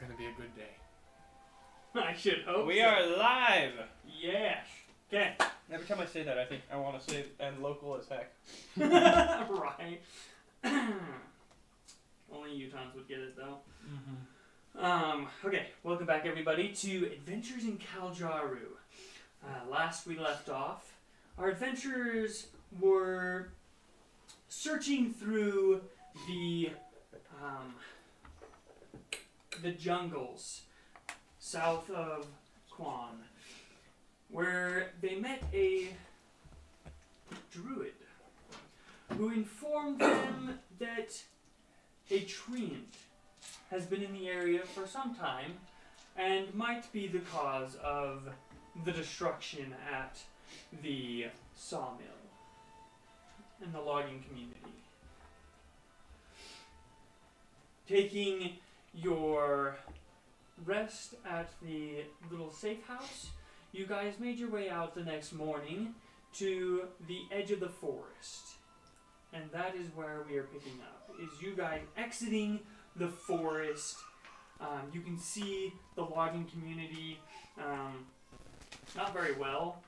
I should hope. We so. are live. Yes. Okay. Every time I say that, I think I want to say and local as heck. right. Only Utahns would get it though. Mm-hmm. Um, okay, welcome back everybody to Adventures in Kaljaru. Uh, last we left off, our adventurers were searching through the um, the jungles south of Quan, where they met a druid who informed them that a treant has been in the area for some time and might be the cause of the destruction at the sawmill and the logging community. Taking your rest at the little safe house, you guys made your way out the next morning to the edge of the forest. And that is where we are picking up. Is you guys exiting the forest. Um, you can see the logging community, um, not very well,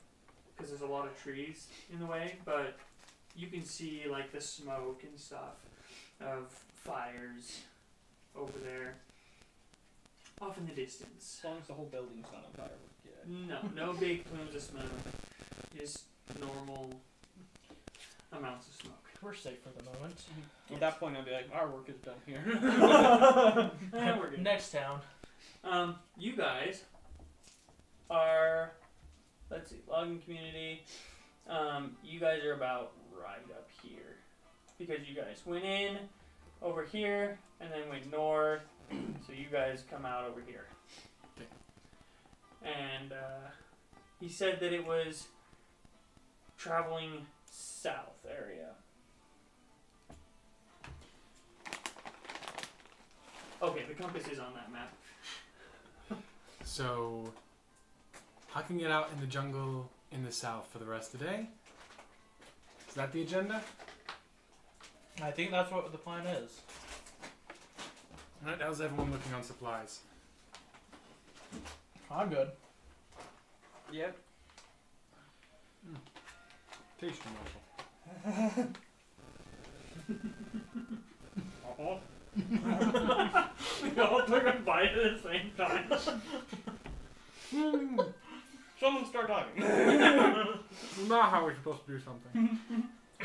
because there's a lot of trees in the way, but you can see like the smoke and stuff of fires over there, off in the distance. As long as the whole building's not on fire, we're good. No, no big plumes of smoke, just normal amounts of smoke. We're safe for the moment. At that point, I'd be like, our work is done here. Eh, we're good. Next town. Um, you guys are, let's see, logging community. Um, you guys are about right up here because you guys went in over here and then went north, so you guys come out over here. And uh, he said that it was traveling south area. Okay, the compass is on that map. So, hucking it out in the jungle in the south for the rest of the day. Is that the agenda? I think that's what the plan is. All right, how's everyone looking on supplies? I'm good. yep. Taste Marshall. Uh-huh. Uh-oh. we all took a bite at the same time. Someone start talking. Hmm, Not how we're supposed to do something.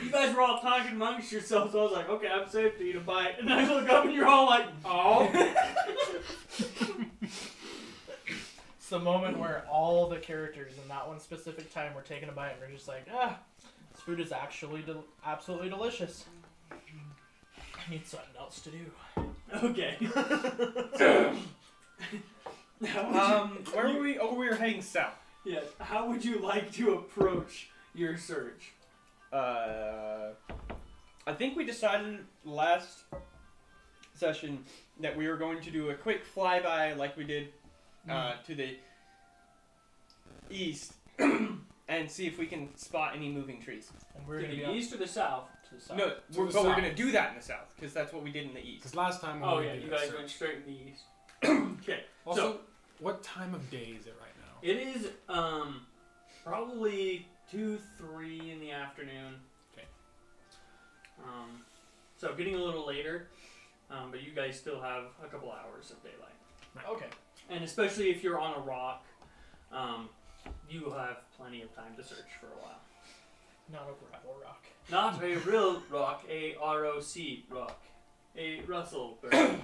You guys were all talking amongst yourselves. I was like, okay, I'm safe to eat a bite. And I look up and you're all like, oh. It's the moment where all the characters in that one specific time were taking a bite and we're just like, ah, this food is actually del- absolutely delicious. I need something else to do. Okay. how would um, where were we? Oh, we were heading south. you, yes, how would you like to approach your search? Uh, I think we decided last session that we were going to do a quick flyby, like we did uh, to the east, and see if we can spot any moving trees. And we're To gonna be the on east or the south? to the side. No, we're, the but we're south. gonna do that in the south because that's what we did in the east. Because last time when Oh, we yeah, did you this, guys so- went straight in the east. okay. Also, what time of day is it right now? It is um probably two three in the afternoon. Okay. Um, so getting a little later, um, but you guys still have a couple hours of daylight, Okay. and especially if you're on a rock, um, you have plenty of time to search for a while. Not a gravel rock. Not a real rock, a ROC rock, a Russell bird.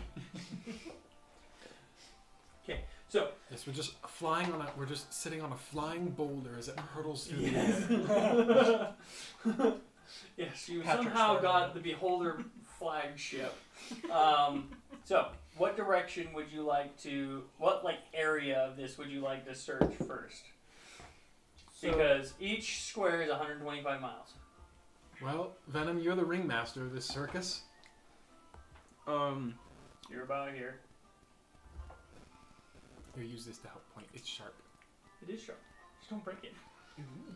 Okay, so Yes, we're just flying on a. We're just sitting on a flying boulder as it hurtles through the air. Yes. yes, you Patrick somehow Swayze. got the Beholder flagship. Um, so, what direction would you like to? What like area of this would you like to search first? So, Because each square is 125 miles. Well, Venom, you're the ringmaster of this circus. Um, You're about here. Here, use this to help point. It's sharp. It is sharp. Just don't break it. mm-hmm.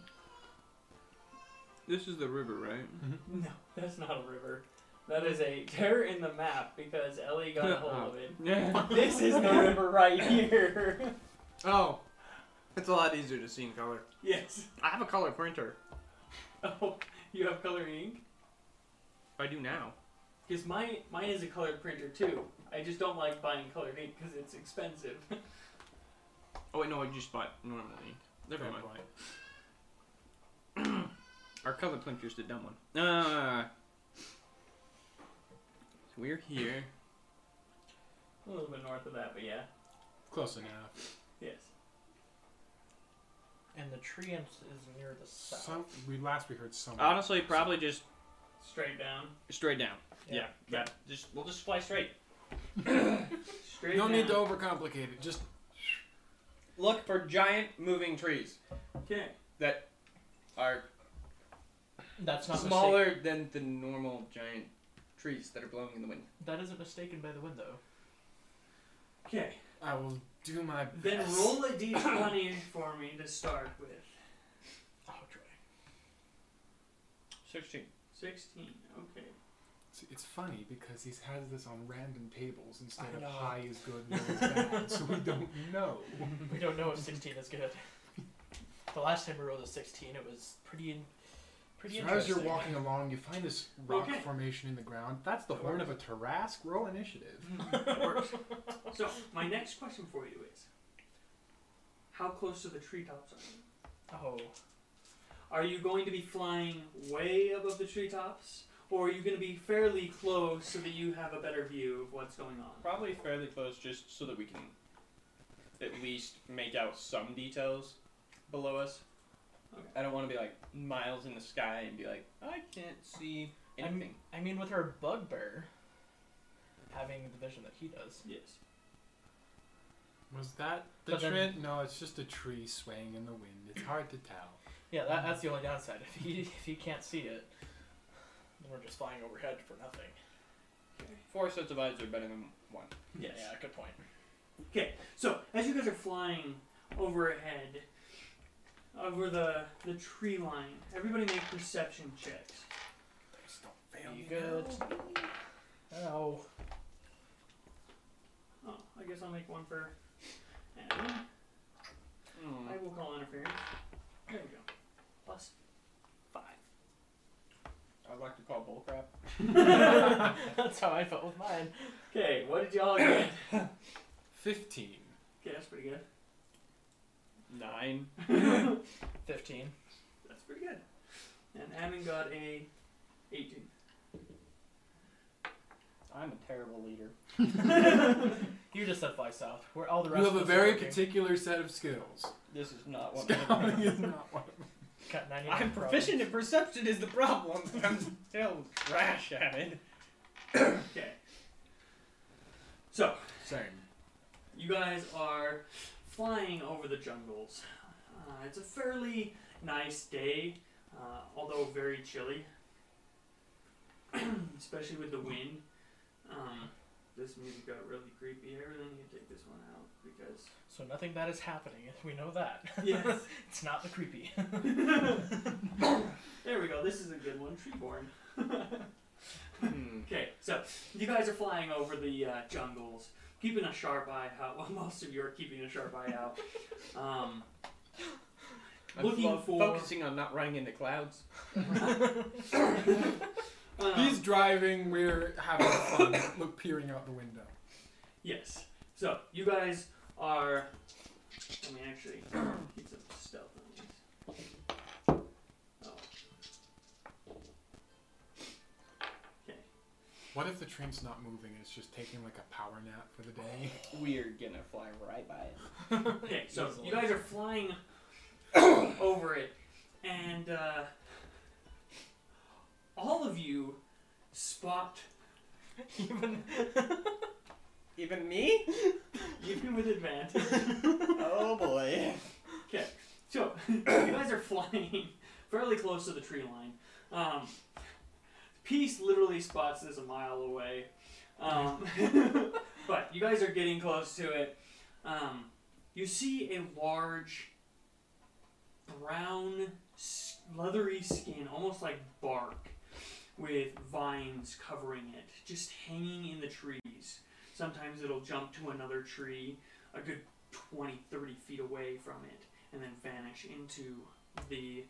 this is the river, right? No, that's not a river. That is a tear in the map because Ellie got a hold of it. Yeah. This is the river right here. Oh, it's a lot easier to see in color. Yes. I have a color printer. Oh, you have coloring ink? I do now. Because mine, mine is a colored printer too. I just don't like buying colored ink because it's expensive. Oh wait, no, I just bought normal ink. Never Fair mind. point. Our color printer's the dumb one. Uh, so we're here. a little bit north of that, but yeah. Close enough. Yes. And the tree is is near the south. Some, we last we heard someone. Honestly, probably just Straight down. straight down. Yeah. Yeah. yeah. Just we'll just fly straight. Straight You don't need to down. overcomplicate it. Just Look for giant moving trees Okay. that are That's not smaller than the normal giant trees that are blowing in the wind. Mistake- that isn't mistaken by the window. Okay. I will do my best. Then roll a d20 for me to start with. Oh, Dre. Sixteen. 16. Okay. It's- It's funny because he has this on random tables instead I of know. high is good, low is bad, so we don't know. We don't know if 16 is good. The last time we rolled a 16, it was pretty, in- pretty So as interesting. you're walking along, you find this rock Okay. formation in the ground. That's the horn of a Tarask. Roll initiative. So, my next question for you is How close to the treetops are Oh, you? Are you going to be flying way above the treetops? Or are you going to be fairly close so that you have a better view of what's going on? Probably fairly close, just so that we can at least make out some details below us. Okay. I don't want to be like miles in the sky and be like, I can't see I'm- anything. I mean, with her bugbear having the vision that he does. Yes. Was that the But then- tree? No, it's just a tree swaying in the wind. It's hard to tell. Yeah, that, that's the only downside. If he if he can't see it, then we're just flying overhead for nothing. Four sets of eyes are better than one. Yes. Yeah, good point. So as you guys are flying overhead, over the the tree line, everybody make perception checks. Please don't fail You me good? Oh, Oh, I guess I'll make one for Adam. Hmm. I will call interference. There we go. Plus I'd like to call bullcrap. five. that's how I felt with mine. okay, what did y'all get? Fifteen. Okay, that's pretty good. Nine. Fifteen. That's pretty good. And Ammon got a 18. I'm a terrible leader. You just said fly south. Where all the You rest. have of a us very are working. particular set of skills. This is not one. Scouting of is not one. of them. Got 99 I'm problems. proficient in perception is the problem. I'm still trash at it. Okay. So Same. You guys are flying over the jungles. Uh, it's a fairly nice day, uh, although very chilly, especially with the wind. Um, this music got really creepy. I really need to take this one out because So nothing bad is happening. We know that. Yes. it's not the creepy. there we go. This is a good one. Treeborn. Hmm. Okay, so you guys are flying over the uh, jungles, keeping a sharp eye out. Well, most of you are keeping a sharp eye out. Um, I'm looking fo- for. focusing on not running into clouds. Uh, um, He's driving. We're having fun. Look, peering out the window. Yes. So you guys are. Let me actually keep some stealth on these. Oh. Okay. What if the train's not moving? It's just taking like a power nap for the day. We're gonna fly right by it. Okay, so Easily. you guys are flying over it, and uh, all of you spot, Even Even me? even with advantage. oh boy. So you guys are flying fairly close to the tree line. Um, Peace literally spots this a mile away, um, but you guys are getting close to it. Um, you see a large brown, s- leathery skin, almost like bark, with vines covering it, just hanging in the trees. Sometimes it'll jump to another tree a good 20, 30 feet away from it and then vanish into the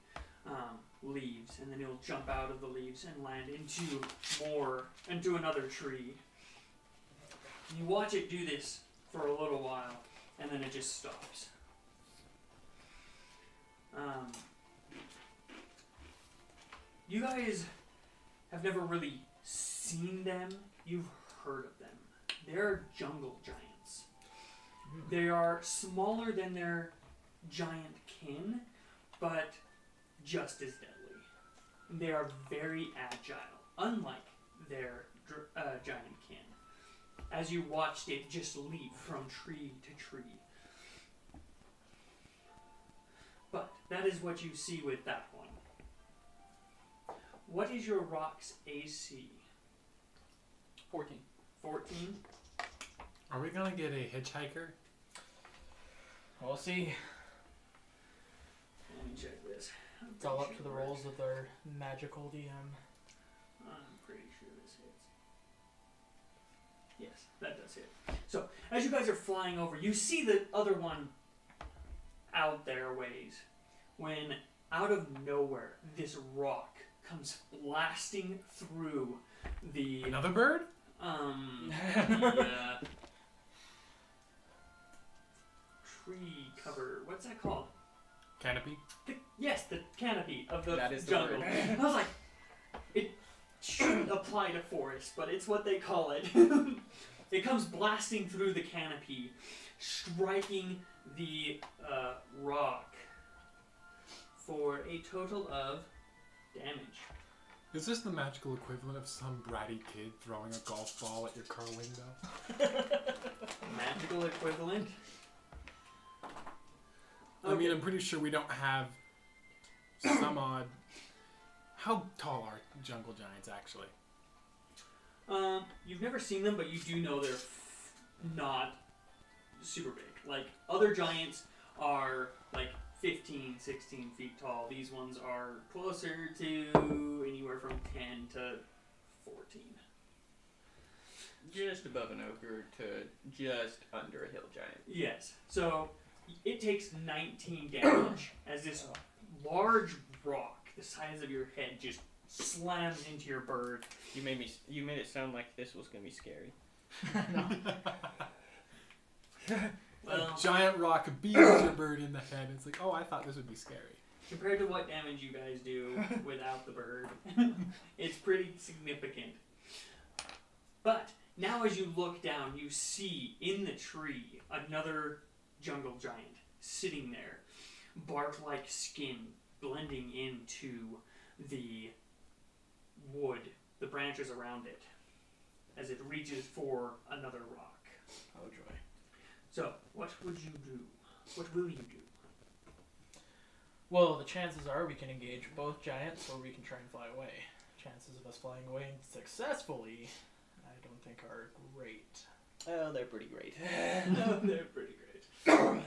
um, leaves. And then it'll jump out of the leaves and land into more, into another tree. You watch it do this for a little while and then it just stops. Um, you guys have never really seen them, you've heard of them. They're jungle giants. They are smaller than their giant kin, but just as deadly. They are very agile, unlike their dr- uh, giant kin. As you watched it just leap from tree to tree. But that is what you see with that one. What is your rock's AC? 14. 14? Are we gonna get a hitchhiker? We'll see. Let me check this. I'm It's all pretty up to sure the it rolls of their magical DM. works. I'm pretty sure this hits. Yes, that does hit. So, as you guys are flying over, you see the other one out there ways when out of nowhere this rock comes blasting through the Another bird? um yeah, tree cover. What's that called? Canopy? The, yes, the canopy of the That is the jungle. word. I was like, it shouldn't apply to forest, but it's what they call it. it comes blasting through the canopy, striking the uh, rock for a total of damage. Is this the magical equivalent of some bratty kid throwing a golf ball at your car window? Magical equivalent. I mean, Okay. I'm pretty sure we don't have some odd. How tall are jungle giants actually? Um, you've never seen them, but you do know they're f- not super big. Like, other giants are like 15, 16 feet tall. These ones are closer to anywhere from 10 to 14. Just above an ogre to just under a hill giant. Yes. So, it takes 19 damage as this large rock the size of your head just slams into your bird. You made me. s- You made it sound like this was gonna be scary. Well, a giant rock beats your bird in the head. It's like, oh, I thought this would be scary. compared to what damage you guys do without the bird, it's pretty significant. But now, as you look down, you see in the tree another jungle giant sitting there, bark like skin blending into the wood, the branches around it, as it reaches for another rock. Oh joy. So, what would you do? What will you do? Well, the chances are we can engage both giants, or we can try and fly away. Chances of us flying away successfully, I don't think are great. Oh, they're pretty great. They're pretty great.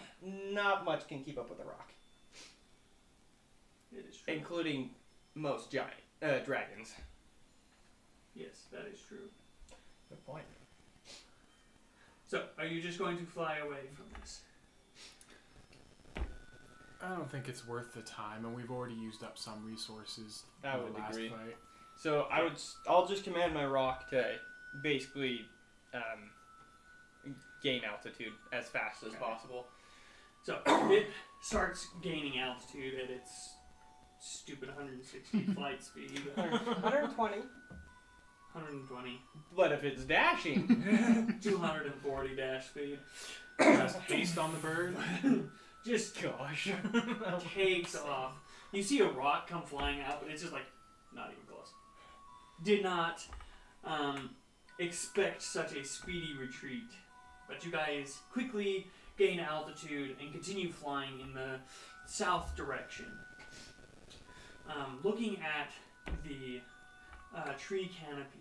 Not much can keep up with a rock, It is true. including most giant uh, dragons. Yes, that is true. Good point. So, are you just going to fly away from this? I don't think it's worth the time, and we've already used up some resources. I in the would last agree. Fight. So I would. s- I'll just command my rock to basically um, gain altitude as fast as Okay. possible. So, it starts gaining altitude at its stupid 160 flight speed, 120. 120, But if it's dashing, 240 dash speed. Just based on the bird. Just gosh. takes off. You see a rock come flying out, but it's just like not even close. Did not um, expect such a speedy retreat, but you guys quickly gain altitude and continue flying in the south direction. Um, looking at the uh, tree canopy,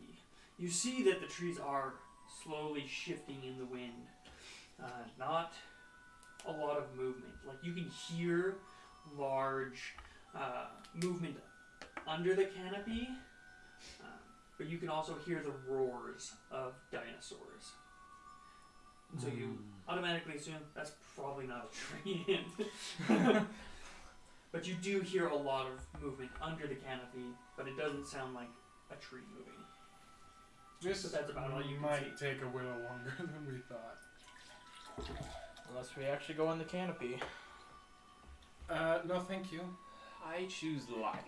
you see that the trees are slowly shifting in the wind. Uh, not a lot of movement. Like you can hear large uh, movement under the canopy, uh, um, but you can also hear the roars of dinosaurs. And so you automatically assume that's probably not a tree but you do hear a lot of movement under the canopy, but it doesn't sound like a tree moving. This But that's about all you can might take a while longer than we thought. Unless we actually go in the canopy. Uh, no, thank you. I choose life.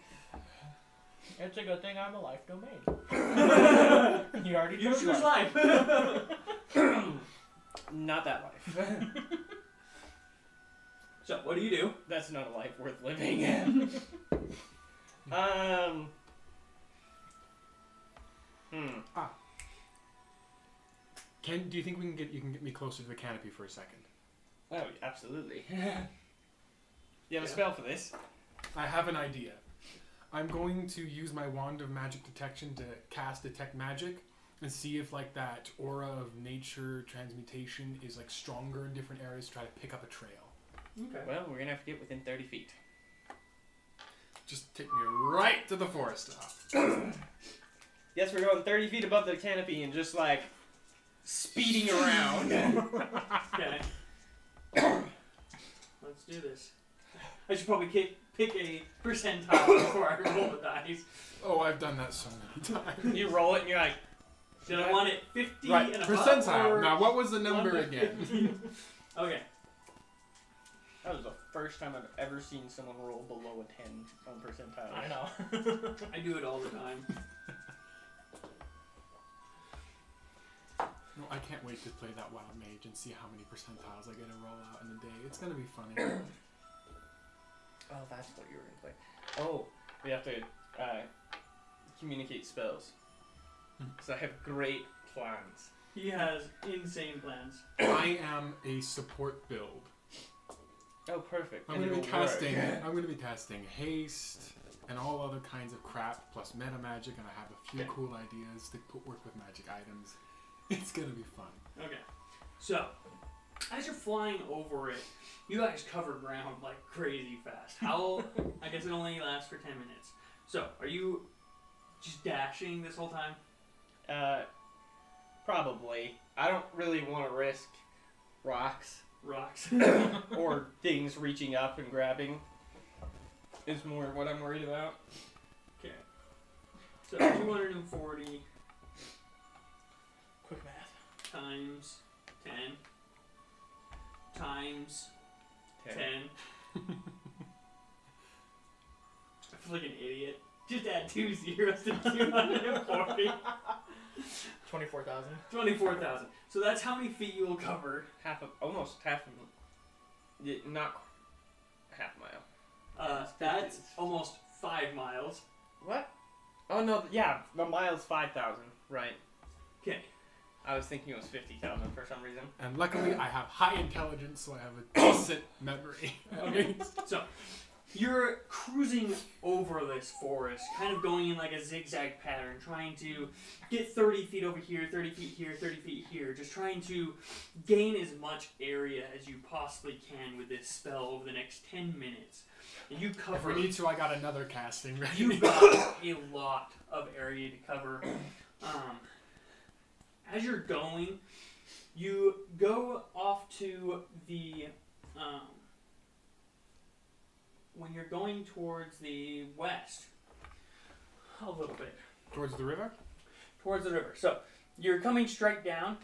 It's a good thing I'm a life domain. you already You chose choose life. life. Not that life. so what do you do? That's not a life worth living. um. Hmm. Can do you think we can get you can get me closer to the canopy for a second? Oh, absolutely. you have a spell for this. I have an idea. I'm going to use my wand of magic detection to cast detect magic and see if like that aura of nature transmutation is like stronger in different areas to try to pick up a trail. Okay. Well, we're gonna have to get within 30 feet. Just take me right to the forest top. Yes, we're going 30 feet above the canopy and just like speeding around. Okay. Let's do this. I should probably kick, pick a percentile before I roll the dice. Oh, I've done that so many times. you roll it and you're like, Did I want it 50 Right, and above? percentile. or Now, what was the number under again? 50? okay. that was the first time I've ever seen someone roll below a 10 on percentile. I know. I do it all the time. No, I can't wait to play that wild mage and see how many percentiles I get to roll out in a day. It's gonna be funny. Oh, that's what you were gonna play. Oh, we have to uh, communicate spells. so I have great plans. He has insane plans. I am a support build. Oh, perfect. I'm and gonna be it'll work. casting. I'm gonna be casting haste and all other kinds of crap plus meta magic, and I have a few Okay. cool ideas to put work with magic items. It's gonna be fun. Okay. So, as you're flying over it, you guys cover ground like crazy fast. How? I guess it only lasts for 10 minutes. So, are you just dashing this whole time? Uh, probably. I don't really want to risk rocks Rocks. or things reaching up and grabbing. Is more what I'm worried about. Okay. So 240 Quick math. times 10 times 10. I feel like an idiot. Just add two zeros to 240. 24,000. 24,000. So that's how many feet you will cover. Half of almost half of y- not qu- half mile. Uh, that's almost five miles. What? Oh no, th- yeah, the mile's five thousand, right? Okay. I was thinking it was fifty thousand for some reason. And luckily, I have high intelligence, so I have a decent memory. Okay. You're cruising over this forest, kind of going in like a zigzag pattern, trying to get 30 feet over here, 30 feet here, 30 feet here, just trying to gain as much area as you possibly can with this spell over the next 10 minutes. And you if cover we need to, I got another casting You've ready. got a lot of area to cover. Um, as you're going, you go off to the. Um, when you're going towards the west, a little bit, Towards the river. towards the river. So you're coming straight down,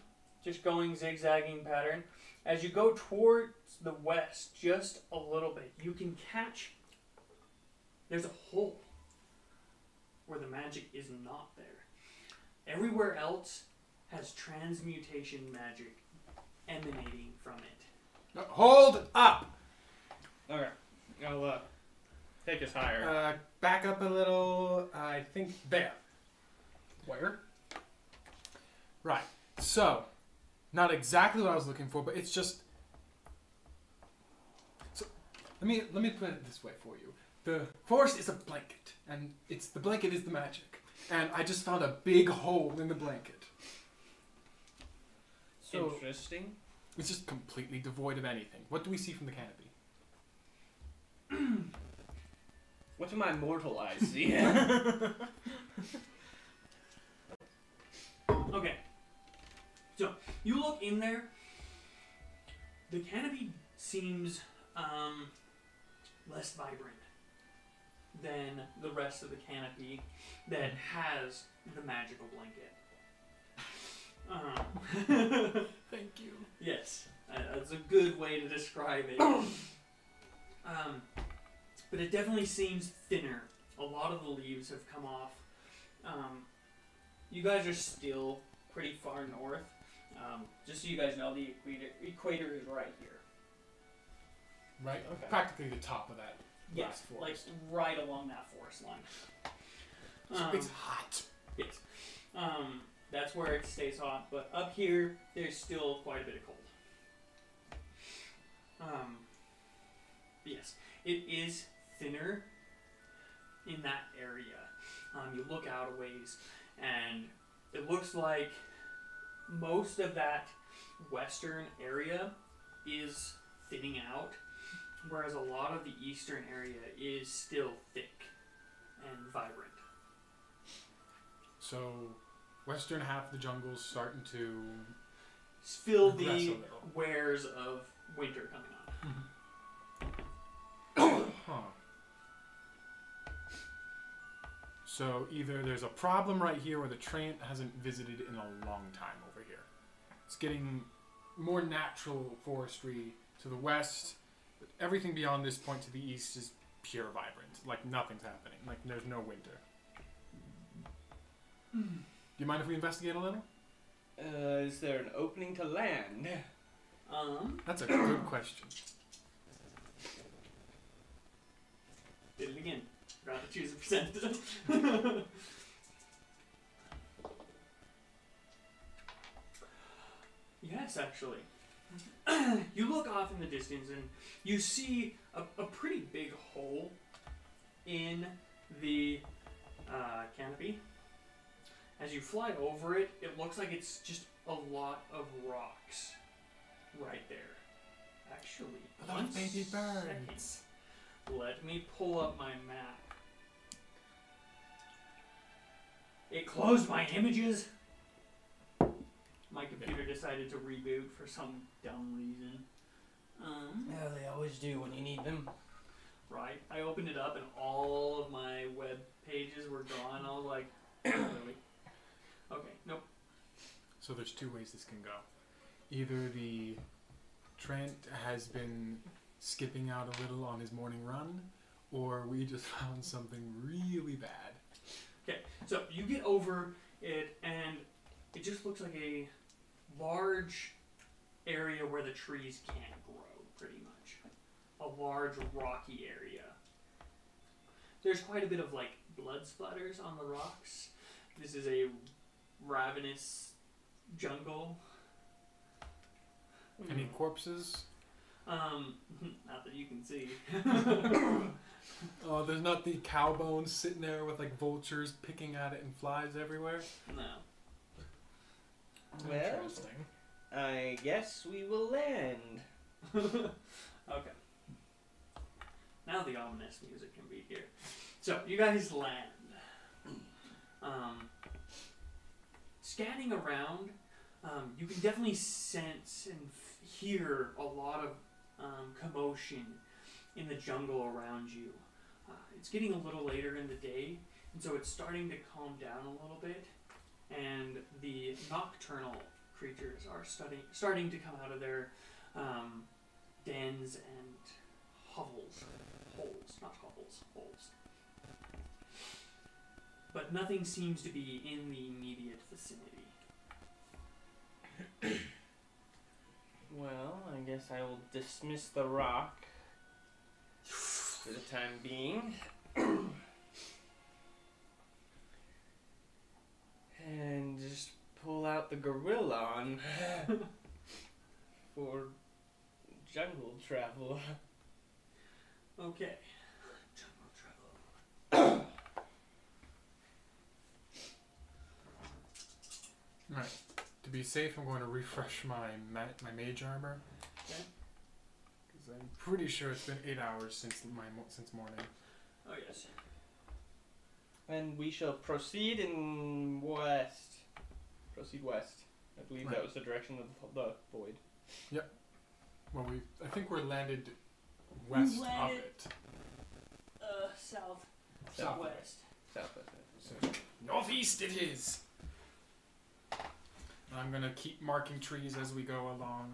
just going zigzagging pattern. As you go towards the west, just a little bit, you can catch. There's a hole where the magic is not there. Everywhere else has transmutation magic emanating from it. No, hold up. Okay, I'll uh, take us higher. Uh, back up a little. I think there. Where? Right. So, not exactly what I was looking for, but it's just. So, let me let me put it this way for you. The forest is a blanket, and it's the blanket is the magic, and I just found a big hole in the blanket. So, Interesting. It's just completely devoid of anything. What do we see from the canopy? What do my mortal eyes see? Okay. So you look in there, the canopy seems um, less vibrant than the rest of the canopy that has the magical blanket. Um, Thank you. yes, uh, that's a good way to describe it. um, but it definitely seems thinner. A lot of the leaves have come off. Um, you guys are still pretty far north. Um, just so you guys know, the equator, equator is right here. Right, Okay. practically the top of that Yes, last forest. like right along that forest line. So Um, it's hot. yes. Um, that's where it stays hot, but up here, there's still quite a bit of cold. Um, yes, it is thinner in that area. Um, you look out a ways, and it looks like most of that western area is thinning out, whereas a lot of the eastern area is still thick and vibrant. So, western half of the jungle's starting to. Still Progress a the little. wares of winter coming on. Huh. So either there's a problem right here, or the Trant hasn't visited in a long time over here. It's getting more natural forestry to the west. But everything beyond this point to the east is pure vibrant. Like nothing's happening. Like there's no winter. Do you mind if we investigate a little? Uh, is there an opening to land? Um, That's a good question. did it again. Forgot to choose a percentage. yes, actually. you look off in the distance and you see a, a pretty big hole in the uh, canopy. As you fly over it, it looks like it's just a lot of rocks right there. Actually, A lot of one baby second. birds. Let me pull up my map. It closed my images. My computer decided to reboot for some dumb reason. Um, Uh-huh. Yeah, they always do when you need them. Right. I opened it up and all of my web pages were gone. I was like, oh, really? Okay, nope. So there's two ways this can go. Either the Trent has been skipping out a little on his morning run, or we just found something really bad. So you get over it and it just looks like a large area where the trees can't grow, pretty much. A large rocky area. There's quite a bit of like blood splatters on the rocks. This is a ravenous jungle. Any Hmm. corpses? Um, not that you can see. Oh, there's not the cow bones sitting there with like vultures picking at it and flies everywhere. no. Hmm, Well? Interesting. I guess we will land. okay. Now the ominous music can be here. So you guys land. Um, scanning around, um, you can definitely sense and f- hear a lot of um, commotion in the jungle around you. Uh, it's getting a little later in the day, and so it's starting to calm down a little bit. And the nocturnal creatures are starting starting to come out of their um, dens and hovels, holes, not hovels, holes. But nothing seems to be in the immediate vicinity. Well, I guess I will dismiss the rock for the time being. and just pull out the gorilla on for jungle travel. Okay. Jungle travel. Right. To be safe, I'm going to refresh my ma- my mage armor. Okay. Because I'm pretty sure it's been eight hours since my mo- since morning. Oh yes. And we shall proceed in west. Proceed west. I believe Right. that was the direction of the void. Well, we I think we're landed west of landed- it. Uh, south, southwest. Southwest. So northeast it is. And I'm gonna keep marking trees as we go along,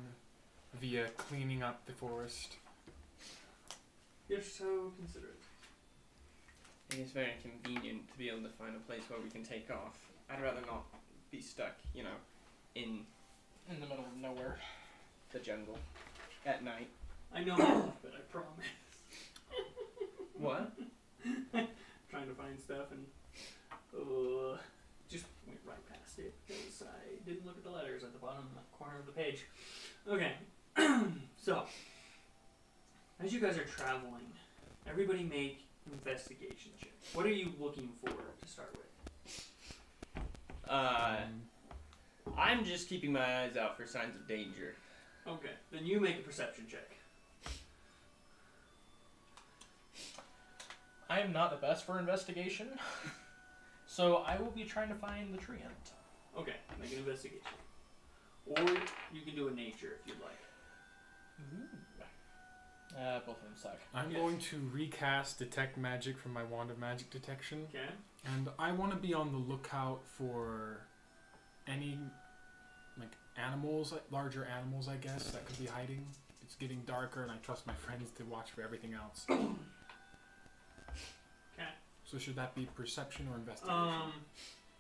via cleaning up the forest. You're so considerate. It is very inconvenient to be able to find a place where we can take off. I'd rather not be stuck, you know, in in the middle of nowhere. the jungle at night. I know, my life, but I promise. What? Trying to find stuff and uh, just went right past it because I didn't look at the letters at the bottom corner of the page. Okay, so as you guys are traveling, everybody make investigation checks. What are you looking for to start with? Uh, Um, I'm just keeping my eyes out for signs of danger. Okay, then you make a perception check. I am not the best for investigation, so I will be trying to find the tree hunt. Okay, make an investigation. Or you can do a nature if you'd like. Uh, both of them suck. I'm Yes. going to recast detect magic from my wand of magic detection, Okay. and I want to be on the lookout for any like animals, like larger animals, I guess, that could be hiding. It's getting darker, and I trust my friends to watch for everything else. So should that be perception or investigation? Um,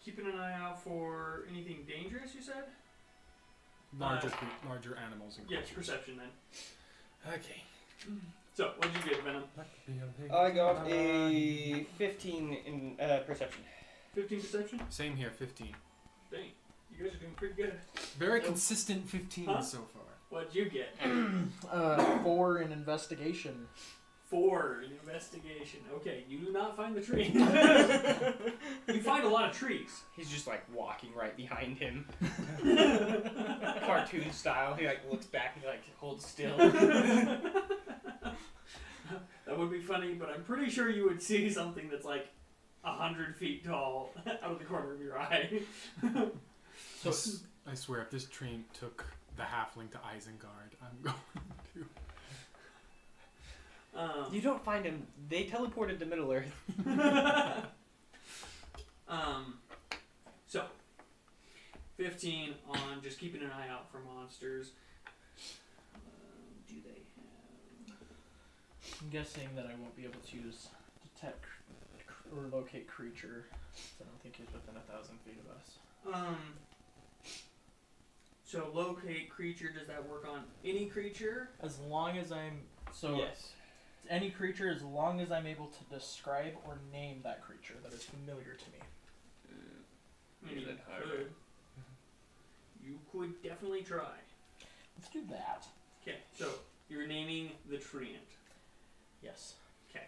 keeping an eye out for anything dangerous. You said. larger, uh, cre- larger animals. And Yes, creatures. perception then. Okay. So, what did you get, Venom? That could be okay. I got Uh, a 15 in uh, perception. Fifteen perception. Same here, 15. Dang, you guys are doing pretty good. Very Nope. consistent 15 Huh? so far. What'd you get? Uh, four in investigation. Four in investigation. Okay, you do not find the tree. you find a lot of trees. He's just like walking right behind him, cartoon style. He like looks back and like holds still. That would be funny, but I'm pretty sure you would see something that's like a hundred feet tall out of the corner of your eye. So This- I swear, if this train took the halfling to Isengard, I'm going. Um, you don't find him. They teleported to Middle Earth. um, so, 15 on just keeping an eye out for monsters. Um, do they have. I'm guessing that I won't be able to use detect cr- or locate creature. 'cause I don't think he's within a thousand feet of us. Um, so, locate creature, does that work on any creature? As long as I'm so yes. any creature, as long as I'm able to describe or name that creature that is familiar to me. I mean, Yeah, you that high could. You could definitely try. Let's do that. Okay, so you're naming the treant. Yes. Okay.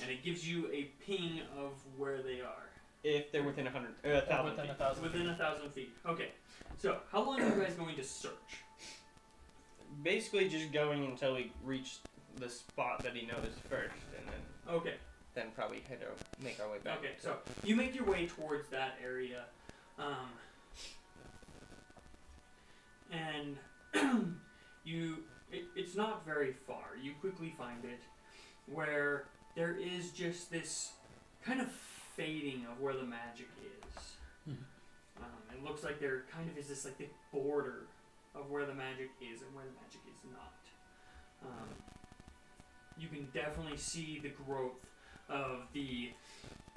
And it gives you a ping of where they are. If they're within a hundred, uh, a thousand within a feet. thousand. Within a thousand feet. Okay. So, how long are you guys going to search? Basically, just going until we reach the spot that he noticed first, and then Okay. then probably head over, make our way back. Okay. So you make your way towards that area, um, and you. It, it's not very far. You quickly find it, where there is just this kind of fading of where the magic is. Mhm. Um, it looks like there kind of is this like the border of where the magic is and where the magic is not. Um, you can definitely see the growth of the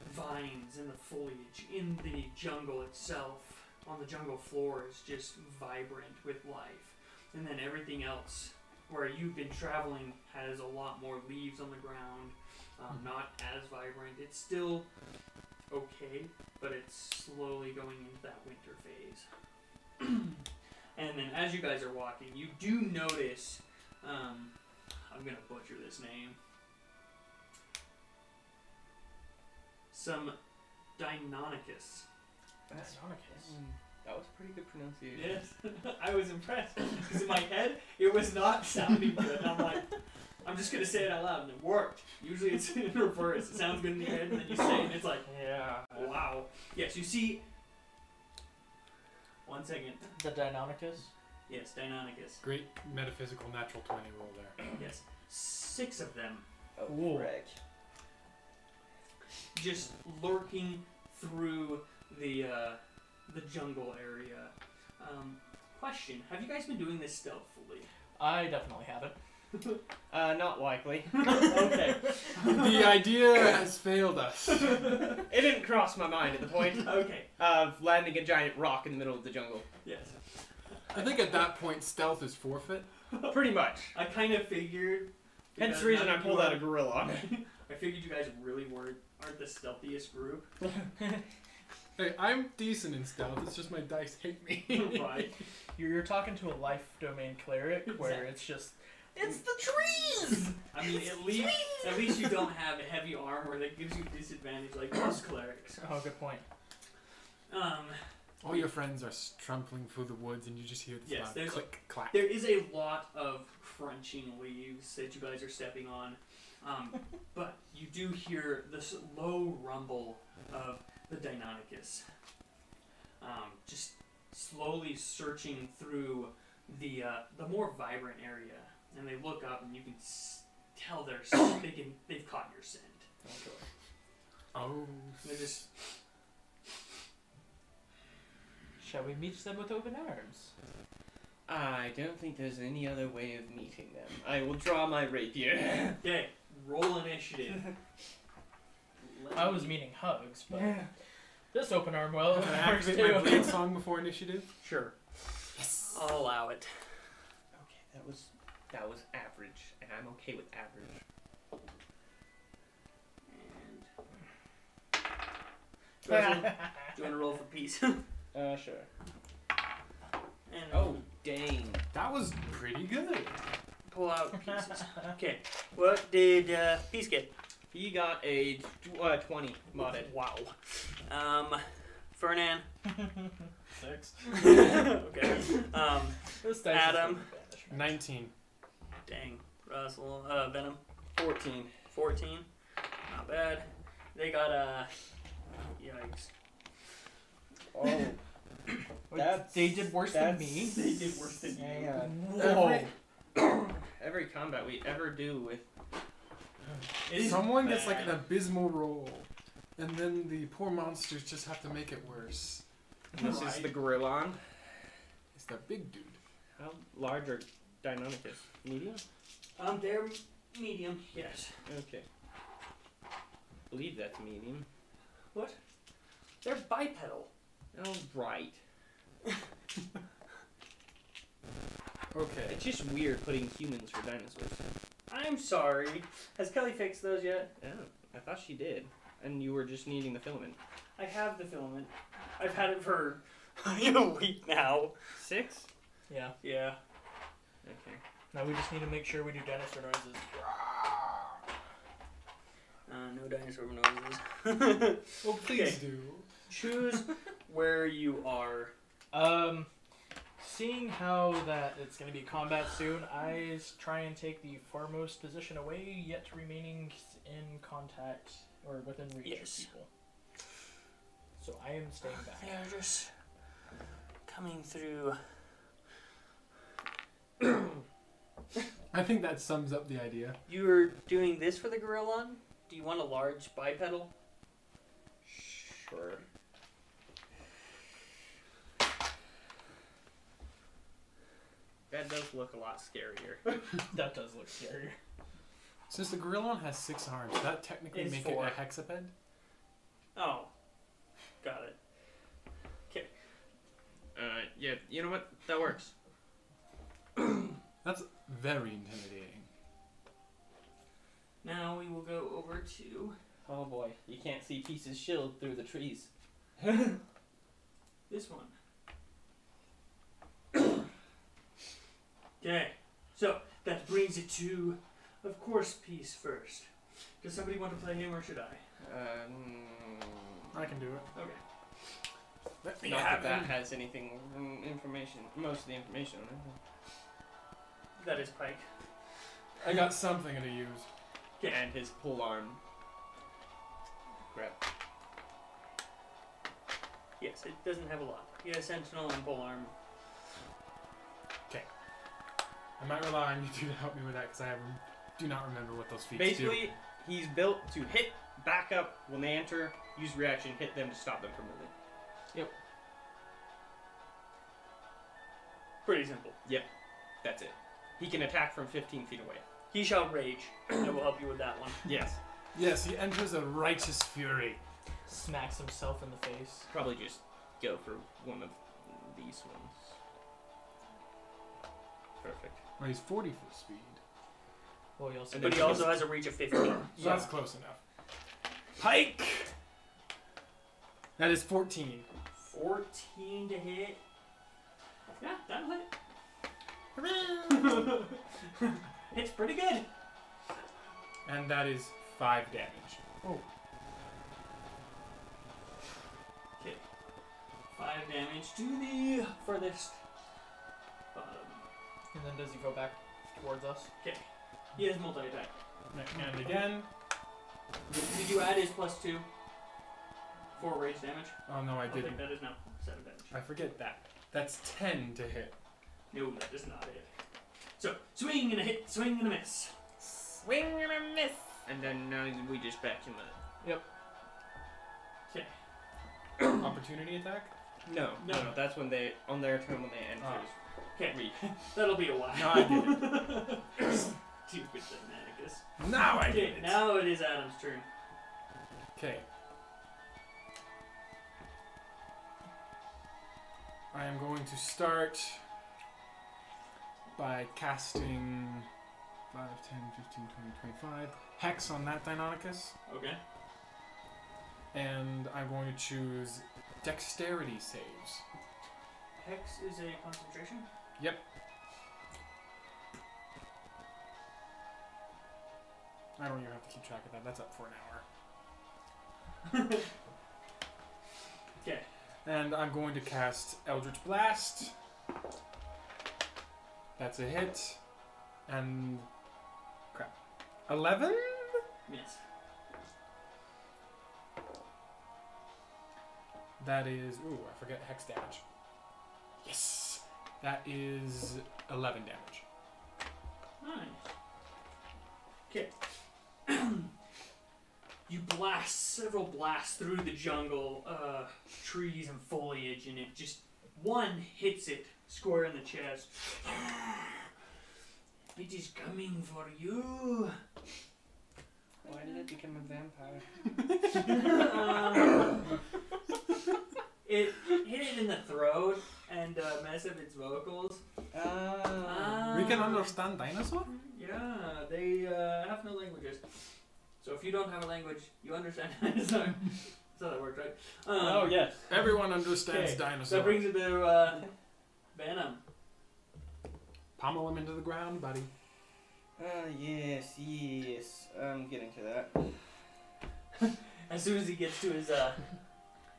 vines and the foliage in the jungle itself on the jungle floor is just vibrant with life and then everything else where you've been traveling has a lot more leaves on the ground um, not as vibrant it's still okay but it's slowly going into that winter phase and then as you guys are walking you do notice um, i'm gonna butcher this name some Deinonychus. That's Sonicus. Mm, That was pretty good pronunciation. Yes, I was impressed because in my head it was not sounding good. I'm like, I'm just gonna say it out loud, and it worked. Usually it's in reverse. It sounds good in your head, and then you say it, and it's like, Yeah. wow. Yes, you see. One second. The Deinonychus. Yes, Deinonychus. Great metaphysical natural 20 roll there. Yes. Six of them Oh, Ooh. frick. just lurking through the uh, the jungle area. Um, question: Have you guys been doing this stealthily? I definitely haven't. Uh, not likely. okay. the idea has failed us. It didn't cross my mind at the point Okay. of landing a giant rock in the middle of the jungle. Yes. I think at that point, stealth is forfeit. Pretty much. I kind of figured. Hence because the reason now I that pulled you out a gorilla on it. are- I figured you guys really were aren't the stealthiest group, Hey, I'm decent in stealth, it's just my dice hate me. right? You're, you're talking to a life domain cleric where Exact- it's just, it's the trees! I mean, at least at least you don't have heavy armor that gives you disadvantage like most clerics. Oh, good point. Um, All your friends are trampling through the woods, and you just hear this Yes, loud there's a- click, clack. There is a lot of crunching leaves that you guys are stepping on, um, but you do hear this low rumble of the Deinonychus, um, just slowly searching through the uh, the more vibrant area, and they look up and you can s- tell they're s- they can, they've caught your scent. Oh, They're just Shall we meet them with open arms? I don't think there's any other way of meeting them. I will draw my rapier. okay. Roll initiative. Let I was me- meaning hugs, but this open arm well Can I works activate my too. blade song before initiative? Sure. I'll allow it. Okay, that was that was average, and I'm okay with average. And do you guys wanna- do you want to roll for peace? and Uh, sure. Oh, dang. That was pretty good. pull out pieces. okay, what did uh, peace get? He got a tw- uh, 20 modded. Wow. Um, Fernan. Six. okay. Um, This dice Adam. Is gonna vanish, man. 19. dang. Russell. Uh, Venom. 14. Fourteen. Not bad. They got uh, yikes. Oh, Wait, they did worse than me. They did worse than you. Hang on. Whoa. Every combat we ever do with It is Someone gets like bad. an abysmal roll, and then the poor monsters just have to make it worse. this is the Gorillon. It's that big dude. How large are Deinonychus? Medium? Um, they're medium. Yes. Okay. believe that's medium. They're bipedal. Oh, right. Okay. It's just weird putting humans for dinosaurs. I'm sorry. Has Kelly fixed those yet? Oh, I thought she did. And you were just needing the filament. I have the filament. I've had it for a week now. Six? Yeah. Yeah. Okay. Now we just need to make sure we do dinosaur noises. Uh, no dinosaur noises. Oh, please do. Choose where you are. Um, seeing how that it's going to be combat soon, I s- try and take the foremost position away, yet remaining s- in contact or within reach Yes. of people. So I am staying back. They're just coming through. I think that sums up the idea. You're doing this for the gorilla? Do you want a large bipedal? Sure. That does look a lot scarier. That does look scary. Since the Gorillon has six arms, that technically It's make four. it a hexaped? Oh. Got it. Uh, yeah, you know what? That works. That's very intimidating. Now we will go over to. Oh boy, you can't see Peace's shield through the trees. This one. okay, so that brings it to, of course, peace first. Does somebody want to play him or should I? Um, I can do it. Okay. Let not that that has anything mm, information, most of the information. on it. That is Pike. I got something to use. Okay. And his pull arm. Grab. Yes, it doesn't have a lot. Yeah, Sentinel and Polearm. I might rely on you two to help me with that because I have, do not remember what those feats do. Basically, he's built to hit back up when they enter, use reaction, hit them to stop them from moving. Pretty simple. That's it. He can attack from 15 feet away. He shall rage. I will help you with that one. Yes. Yes, he enters a righteous fury. Smacks himself in the face. Probably just go for one of these ones. Perfect. Well, he's 40 foot speed, Well, he also And But he then- also has a reach of 15. so Yeah. that's close enough. Pike! That is 14. 14 to hit. Yeah, that'll hit. it's pretty good. And that is 5 damage. Five damage to the furthest. Um, And then does he go back towards us? he has multi attack. And again. Did you add his plus two for rage damage? Oh no, I don't think didn't. that is now seven damage. I forget that. That's 10 to hit. No, that is not it. So swing and a hit, swing and a miss. Swing and a miss. And then now we just back him up. Opportunity attack? No, No. no, Ah. no. That's when they on their turn when they enter. Oh. is Okay, we- that'll be a while. No, I did Stupid Dynamicus. Now I Okay, did it! now it is Adam's turn. Okay. I am going to start by casting 5, 10, 15, 20, 25 hex on that Deinonychus, Okay. and I'm going to choose dexterity saves. Hex is a concentration. I don't even have to keep track of that, that's up for an hour. Okay. And I'm going to cast Eldritch Blast. That's a hit. And. crap. 11? Miss. That is. Ooh, I forget hex damage. Yes! That is 11 damage. Nice. Okay. you blast several blasts through the jungle, uh, trees and foliage, and it just one hits it square in the chest. It is coming for you. Why did it become a vampire? Um, it hit it in the throat and uh, mess up its vocals. Ah. we can Ah. understand dinosaur? Yeah, they uh, have no languages. So if you don't have a language, you understand. That's how that's how that works, right? Um, oh yes. Everyone understands Okay, dinosaur. That brings it to uh, Venom. Pommel him into the ground, buddy. Ah yes, yes. I'm getting to that. As soon as he gets to his uh,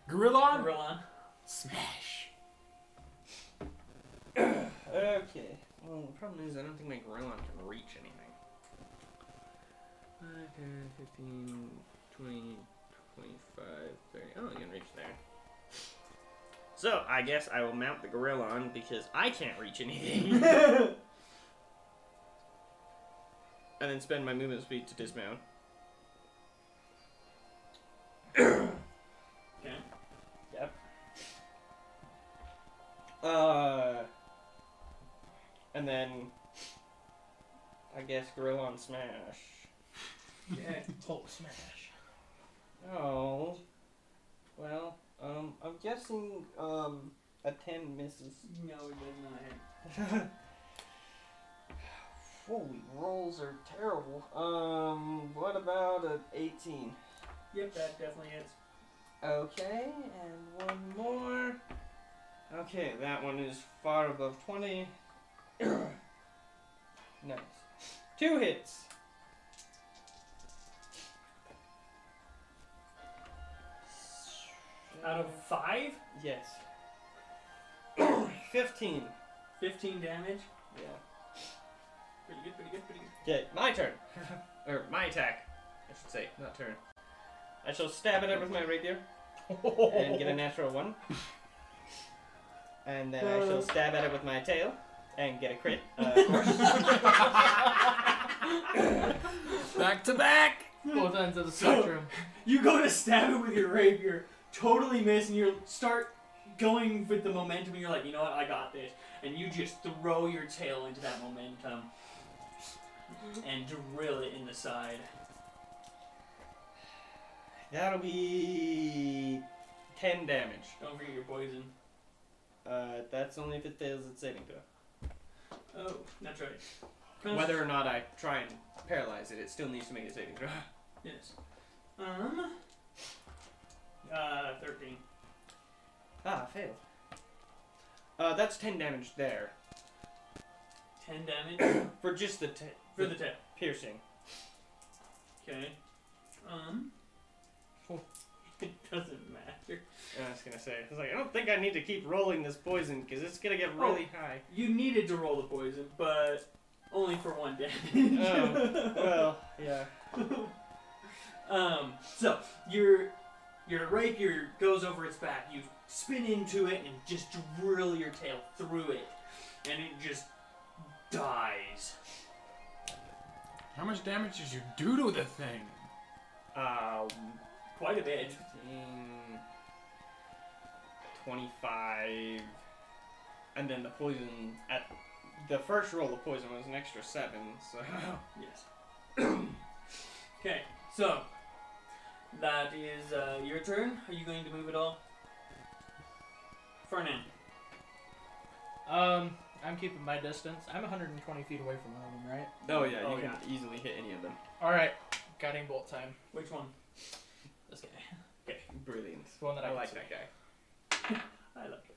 Gorillon? Gorillon. Smash. Okay. Well, the problem is I don't think my Gorillon can reach anything. 5, 10, 15, 20, 25, 30. Oh, you can reach there. So, I guess I will mount the Gorillon because I can't reach anything. and then spend my movement speed to dismount. Okay. Uh. And then. I guess Gorillon smash. Yeah. Oh, smash. Oh. Well, um, I'm guessing, um, a 10 misses. no, it does not hit. Holy rolls are terrible. Um, what about an 18? Yep, that definitely hits. Okay, and one more. Okay, that one is far above 20. nice. Two hits. Out of five, Yes. 15. 15 damage. Yeah. Pretty good, pretty good, pretty good. Okay, my turn. or my attack, I should say, not turn. I shall stab it up with my rapier and get a natural one. And then I shall stab at it with my tail. and get a crit. Uh, of course. Back to back. Both ends of the So- spectrum. You go to stab it with your rapier, totally miss, and you start going with the momentum, and you're like, you know what, I got this. And you just throw your tail into that momentum and drill it in the side. That'll be ten damage. Don't forget your poison. Uh, that's only if it fails its saving throw. Oh, that's right. Cons- Whether or not I try and paralyze it, it still needs to make a saving throw. Yes. Um. Uh, 13. Ah, failed. Uh, that's ten damage there 10 damage for just the t- for the tail. piercing. Okay. Um. Cool. It doesn't matter. I was gonna say, I was like, I don't think I need to keep rolling this poison because it's gonna get really high. You needed to roll the poison, but only for one damage. Oh, Well, yeah. Oh. um, so your your rapier goes over its back. You spin into it and just drill your tail through it, and it just dies. How much damage did you do to the thing? Um, mm, Quite a bit. 15, 25, and then the poison at the first roll of poison was an extra seven. So Yes. okay, so that is uh, your turn. Are you going to move at all, Fernan? Um, I'm keeping my distance. I'm 120 feet away from one of them, right? oh yeah, you Oh, can yeah. easily hit any of them. All right, guiding bolt time. Which one? This guy. Brilliant. The one that I I can like see. that guy. I like it.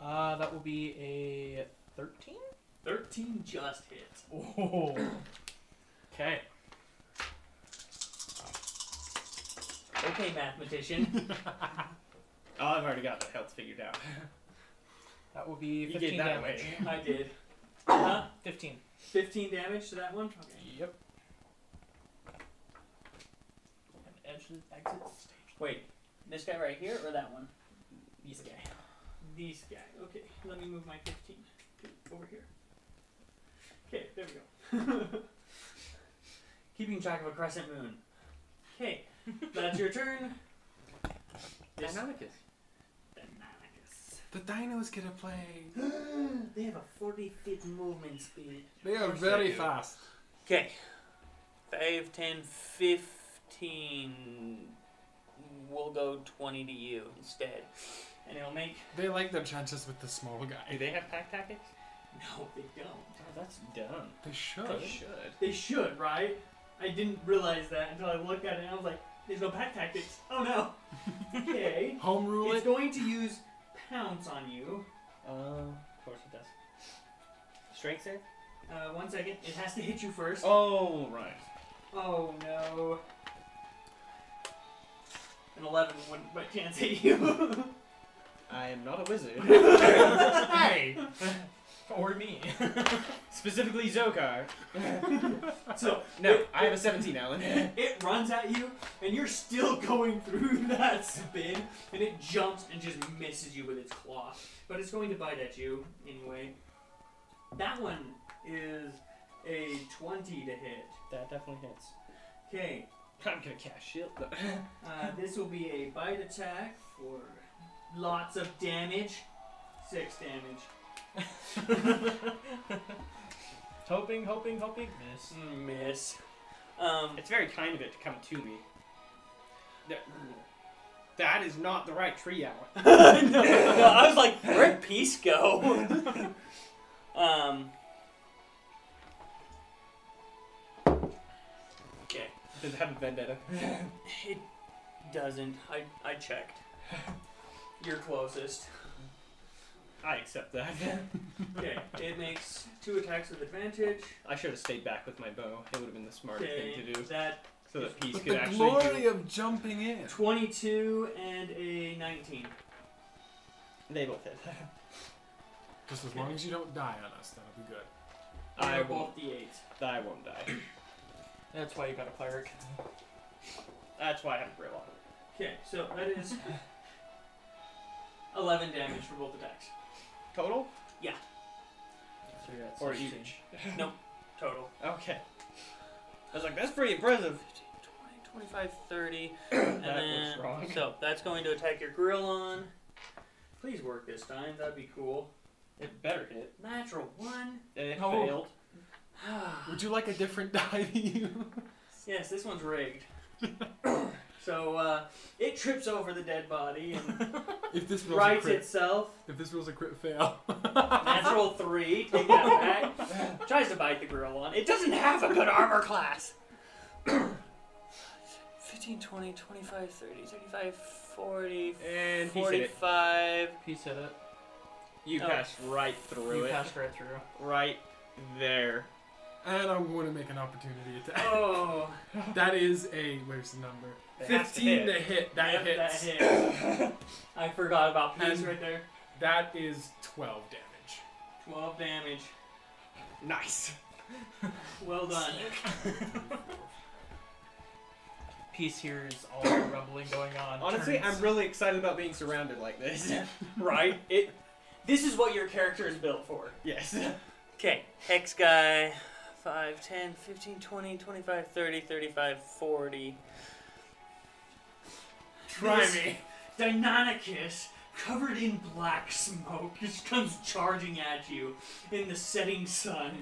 Uh, that will be a 13. Thirteen just hits. Oh. Okay. Okay, mathematician. Oh, I've already got the health figured out. That will be You 15 gave that damage. away. I did. Huh? 15. 15 damage to that one? Okay. Yep. And edge the exit stage. Wait, this guy right here or that one? This guy. These guy. Okay, let me move my 15 to over here. Okay, there we go. Keeping track of a crescent moon. Okay, that's your turn. This- Dynamicus. The dinos get a play. they have a 40 feet movement speed. They are course they very do. fast. Okay. 5, 10, 15. We'll go 20 to you instead. And it'll make. They like their chances with the small Do guy. they have pack tactics? No, they don't. Oh, that's dumb. They They should. should. They should, right? I didn't realize that until I looked at it and I was like, there's no pack tactics. Oh no. Okay. Home rule it's it. going to use pounce on you. Uh, of course it does. Strength save? Uh, one second. It has to hit you first. Oh, right. Oh no. An 11 wouldn't by chance hit you. I am not a wizard. Hey, Or me. Specifically Zokar. so No, I have a 17, Alan. it runs at you and you're still going through that spin and it jumps and just misses you with its claw. But it's going to bite at you anyway. That one is a 20 to hit. that definitely hits. Okay, I'm gonna cast shield. though. uh, this will be a bite attack for lots of damage. Six damage. hoping, hoping, hoping. Miss. Miss. Um, it's very kind of it to come to me. That- that is not the right tree, Alan. no, no, I was like, where'd peace go? um. Okay. Does it have a vendetta? It doesn't. I, I checked. You're closest. I accept that. Okay, it makes two attacks with advantage. I should have stayed back with my bow. It would have been the smarter Okay, thing to do. that So that Peace but could the actually. glory do- of jumping in. 22 and a 19. They both hit. Just as long as you don't die on us, that'll be good. I They're won't. both d8. I won't die. That's why you got a cleric. That's why I have a braille on. Okay, so that is 11 damage for both attacks. Total? Yeah. So you're at Or 16. each. Total. Okay. I was like, that's pretty impressive. 20, 25, 30. and That then, looks wrong. So that's going to attack your grill on. Please work this time. That'd be cool. It better hit. Natural one. And it Oh. failed. Would you like a different die to you? yes, this one's rigged. so uh, it trips over the dead body and if this rolls a rights crit, itself. if this rolls a crit fail, Natural three. Take that back. Tries to bite the grill on. It doesn't have a good armor class. 15, 20, 25, 30, 35, 40, And he hit it. 45. Piece hit it. You Oh. passed right through you it. passed right through. Right there. and I'm going to make an opportunity attack. Oh, That is a where's the number? That's a Fifteen hit. to hit. That yep, hits. That hits. I forgot about peace And- right there. That is twelve damage. 12 damage. Nice. Well done. Peace hears all the rumbling going on. Honestly, turns- I'm really excited about being surrounded like this. right? It. This is what your character is built for. yes. Okay, Hex guy 5, 10, 15, 20, 25, 30, 35, 40. Try This me. Deinonychus, covered in black smoke, just comes charging at you in the setting sun,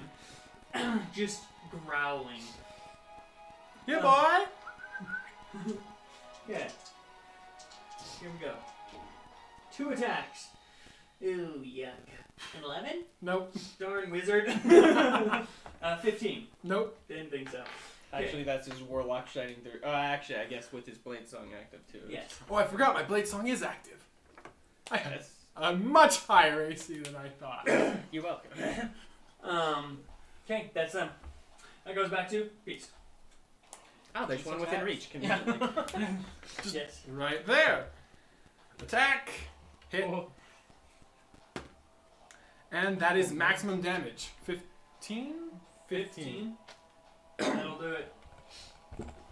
just growling. Yeah, Uh. boy. Yeah. Here we go. Two attacks. Ooh, yuck. An 11? Nope. Darn wizard. uh, 15. Nope. Didn't think so. Actually, that's his warlock shining through. Uh, actually, I guess with his blade song active too. Yes. Oh, I forgot my blade song is active. I have Yes. a much higher AC than I thought. You're welcome. Um, okay, that's them. That goes back to peace. Oh, there's Just one within attacks. reach. Yeah. Conveniently. Just- Yes. right there. Attack. Hit. Oh, And that is maximum damage. Fifteen. 15. That'll do it.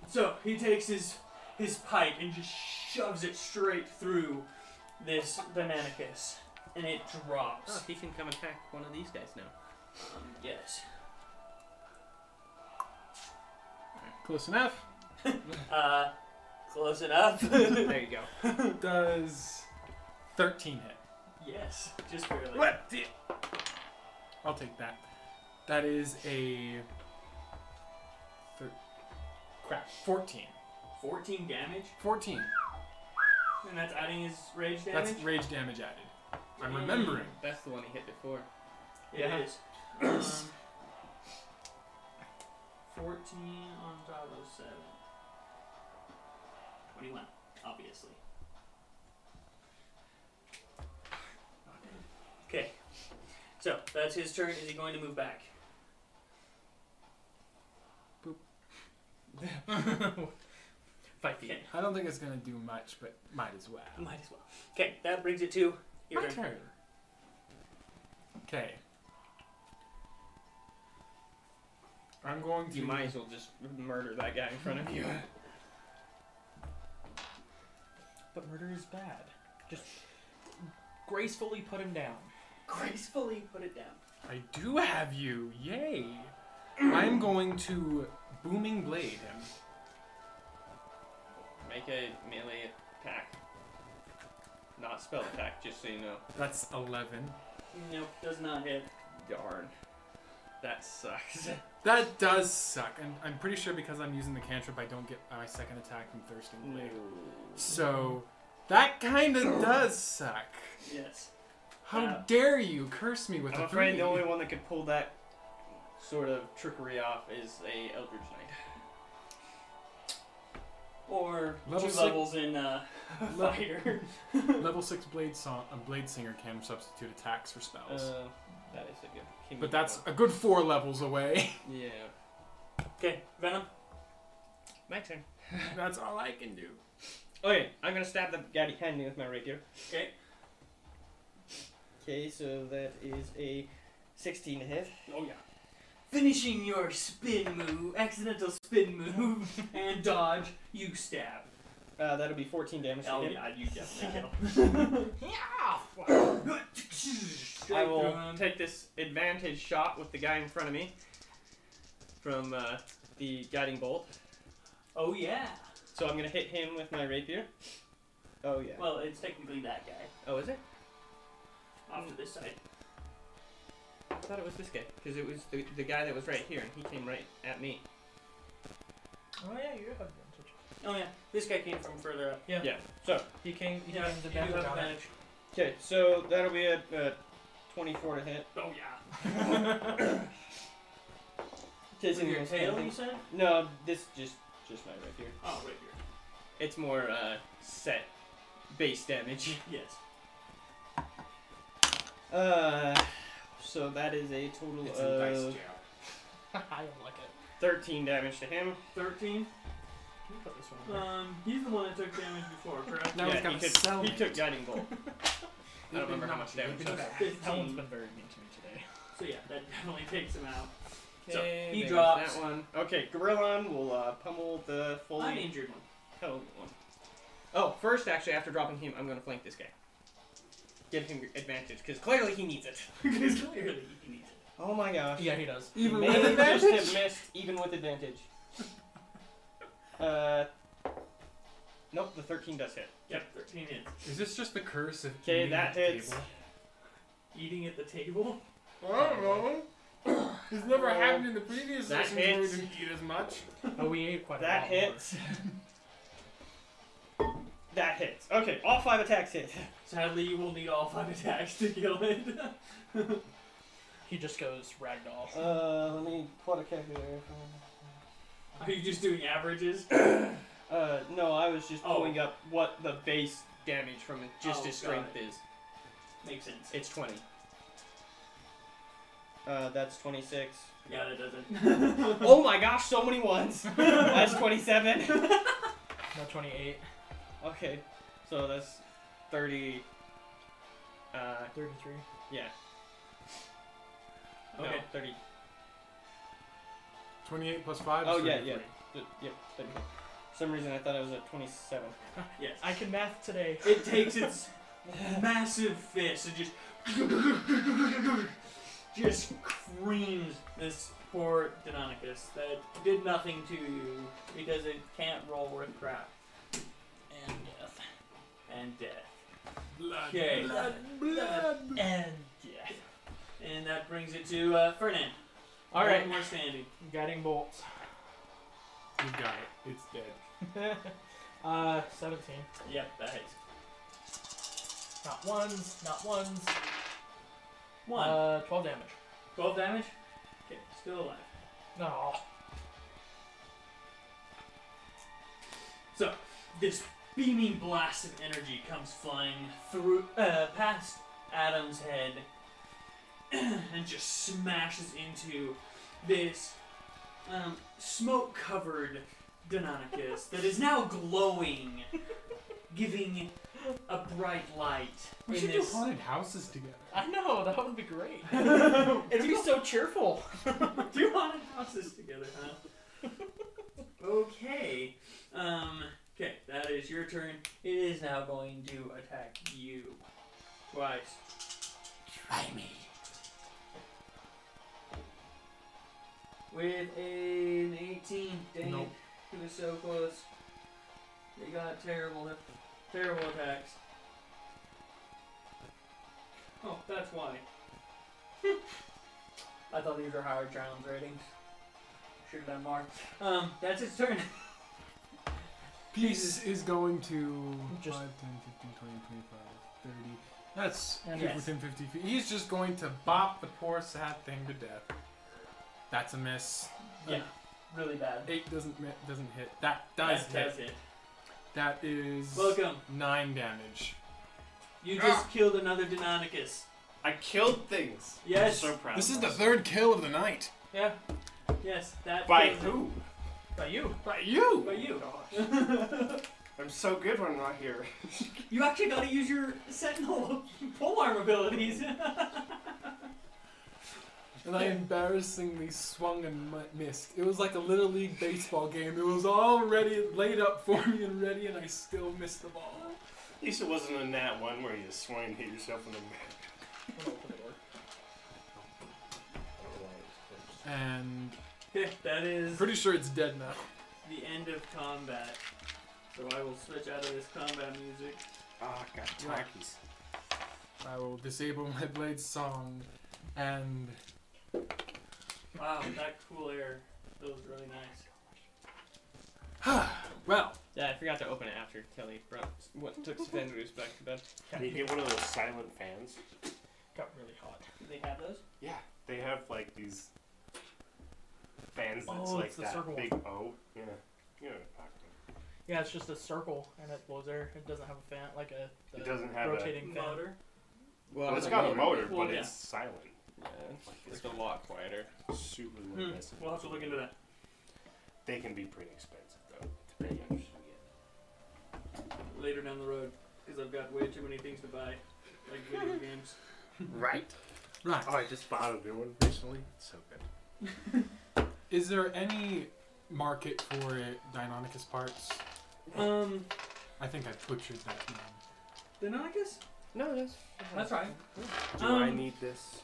So he takes his his pipe and just shoves it straight through this Deinonychus, and it drops. Oh, he can come attack one of these guys now. Um, yes. Close enough. Uh, close enough. there you go. Does thirteen hit? yes, just barely. What? the- I'll take that. That is a. Thir- crap. 14. 14 damage, 14. and that's adding his rage damage. That's rage damage added. I'm remembering. That's the one he hit before. It Yeah. is. Um, 14 on top of 7. 21, obviously. Okay. So, that's his turn. Is he going to move back? Five feet. Okay. I don't think it's going to do much, but might as well. Might as well. Okay, that brings it to your My turn. turn. Okay. I'm going to. You might as well just murder that guy in front of you. But murder is bad. Just gracefully put him down. Gracefully put it down. I do have you. Yay. I'm going to booming blade him. Make a melee attack. Not spell attack, just so you know. That's 11. Nope, does not hit. Darn. That sucks. That does suck, and I'm pretty sure because I'm using the cantrip, I don't get my second attack from Thirsting Blade. So that kind of does suck. Yes. How Yeah. dare you curse me with I'm a afraid three? the only one that could pull that sort of trickery off is a Eldritch Knight. Or Level two six- levels in uh, Le- fighter. Level six blade song, a blade singer can substitute attacks for spells, Uh, that is a good. he but moved that's one. a good four levels away. yeah. Okay, Venom. My turn. that's all I can do. Okay, I'm gonna stab the guy behind me with my rapier. Okay. Okay, so that is a 16 to hit. Oh yeah. Finishing your spin move, accidental spin move, and dodge, you stab. Oh, Uh, that'll be 14 damage. to him. you definitely Oh, Yeah. kill. I straight will through him. take this advantage shot with the guy in front of me from uh, the guiding bolt. oh yeah. So I'm gonna hit him with my rapier. Oh yeah. Well, it's technically that guy. Oh, is it? Off to this side. I thought it was this guy because it was the, the guy that was right here and he came right at me. Oh yeah, you have advantage. Oh yeah, this guy came from further up. Yeah. Yeah. So He came. He Yeah, gained you advantage have on it. advantage. okay, so that'll be a, uh 24 to hit. Oh yeah. Kissing With your most tail, you anything. said? No, this just just my rapier. Oh, right here. It's more uh, set base damage. Yes. Uh, so that is a total It's a dice of jail. I don't like it. 13 damage to him. Thirteen. Can you put this one? in there? Um, he's the one that took damage before, correct? Now he's yeah, got he, a took, cell he in took it. guiding bolt. I don't They've remember been how knocked, much damage they've So been it's back. That one's 15. been very mean to me today. So yeah, that definitely takes him out. So, Okay, he There's drops. that one. Okay, Gorillon will uh, pummel the fully Uninjured one. held one. Oh, first actually, after dropping him, I'm gonna flank this guy. Give him advantage because clearly he needs it. Because clearly he needs it. Oh my gosh. Yeah, he does. He Even may with just advantage? have missed, even with advantage. Uh, nope, the 13 does hit. Yep, thirteen hits. Is this just the curse of 'Kay, eating that at the hits. table? Eating at the table. I don't know. It's never Well, happened in the previous that sessions where we hits. didn't eat as much. Oh, we ate quite That a lot. hits. That hits. Okay, all five attacks hit. Sadly, you will need all five attacks to kill it. More. He just goes ragdoll. Uh, let me pull out a calculator. Are you just doing averages? Uh, no, I was just Oh. pulling up what the base damage from just Oh, his got strength is. Makes sense. It's 20. Uh, that's 26. Yeah, that doesn't. oh my gosh, so many ones! that's 27. No, 28, Okay, so that's 30. Uh, 33. yeah. Okay. No, 30. 28 plus 5 Oh, is yeah, 33. yeah. Th- Yep, 30. For some reason, I thought I was at 27. yes. I can math today. It takes its massive fist and just just creams this poor Deinonychus that did nothing to you because it can't roll with crap And death. and death. Blood, Okay. blood, blood. And death. And that brings it to uh, Fernand. All right. One more standing. Guiding bolts. You got it. It's dead. uh, 17. Yep, that hits. Not ones, not ones. One. Uh, 12 damage. 12 damage? Okay, still alive. No. So, this beaming blast of energy comes flying through uh, past Adam's head and just smashes into this um, smoke-covered Deinonychus that is now glowing, giving a bright light. We in should do this haunted houses together. I know, that would be great. It'd do be so cheerful. haunted houses together, huh? okay. Um. Okay, that is your turn. It is now going to attack you twice. Try me. With an 18. Dang Nope. it. It was so close. They got terrible, terrible attacks. Oh, that's why. I thought these were higher challenge ratings. Should have done more. Um, that's its turn. Peace is going to Just- 5, 10, 15, 20, 25, 30. That's And keep yes. within 50 feet. He's just going to bop the poor sad thing to death. That's a miss. Yeah, really bad. Eight doesn't mi- doesn't hit. That does That hit. does hit. That is Welcome. nine damage. You just killed another Deinonychus. I killed things. Yes. I'm so proud. This of is the myself. third kill of the night. Yeah, Yes, that. By kills it. who? by you. But you. By you. Gosh. I'm so good when I'm not here. You actually gotta use your Sentinel polearm abilities. And I embarrassingly swung and mi- missed. It was like a little league baseball game. It was already laid up for me and ready, and I still missed the ball. At least it wasn't in that one where you swung and hit yourself in the back. and that is pretty sure it's dead now. the end of combat. So I will switch out of this combat music. Oh, Ah, got talkies. I will disable my blade song, and Wow, that cool air. That was really nice. well, Yeah, I forgot to open it after Kelly brought what took Svendra's back to bed. Can you get one of those silent fans? Got really hot. Do they have those? Yeah, they have like these fans that's Oh, like it's the that circle big O. Yeah. You know what I'm talking Yeah, it's just a circle and it blows air. It doesn't have a fan like a the It doesn't have a- rotating fan. Motor. about. Well, Well, it's got a motor, Well, but yeah. it's silent. Yeah, it's a lot quieter. Super Hmm, low decibel. We'll have to look into that. They can be pretty expensive though. Depending on who you later down the road because I've got way too many things to buy, like video games. get. Right. right. Oh, I just bought a new one recently. It's so good. Is there any market for it, Deinonychus parts? Um, I think I butchered that name. Deinonychus? No, that's That's right. Do I Um, need this?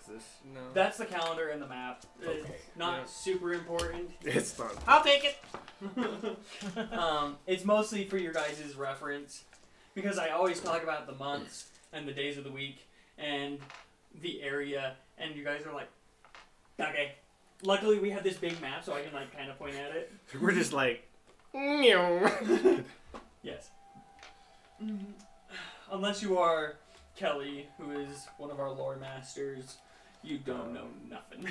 Is this? No. That's the calendar and the map. It's Okay. not Yeah. super important. It's not. I'll take it. um, it's mostly for your guys' reference because I always talk about the months and the days of the week and the area, and you guys are like, okay. Luckily, we have this big map, so I can like kind of point at it. We're just like. "Meow." Yes. Mm-hmm. Unless you are Kelly, who is one of our lore masters, you don't know nothing.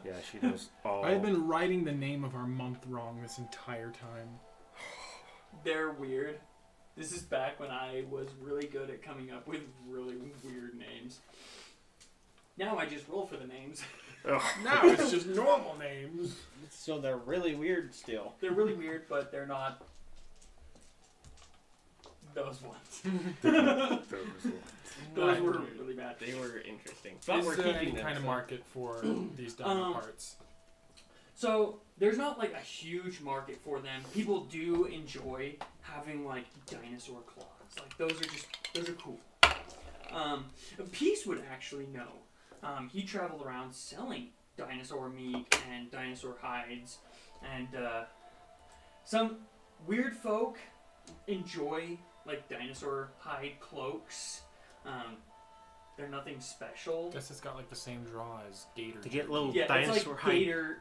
yeah, she knows all. I've been writing the name of our month wrong this entire time. They're weird. This is back when I was really good at coming up with really weird names. Now I just roll for the names. Ugh. Now it's just normal names. So they're really weird still. They're really weird, but they're not those ones. Those Right. were really bad. They were interesting. Is we're uh, there keeping any them, kind of so- market for these dino Um, parts? So there's not like a huge market for them. People do enjoy having like dinosaur claws. Like those are just those are cool. Um, Peace would actually know. Um, he traveled around selling dinosaur meat and dinosaur hides, and uh, some weird folk enjoy like dinosaur hide cloaks. Um, they're nothing special. Guess it's got like the same draw as Gator. To get little Yeah, it's dinosaur like hide, gator,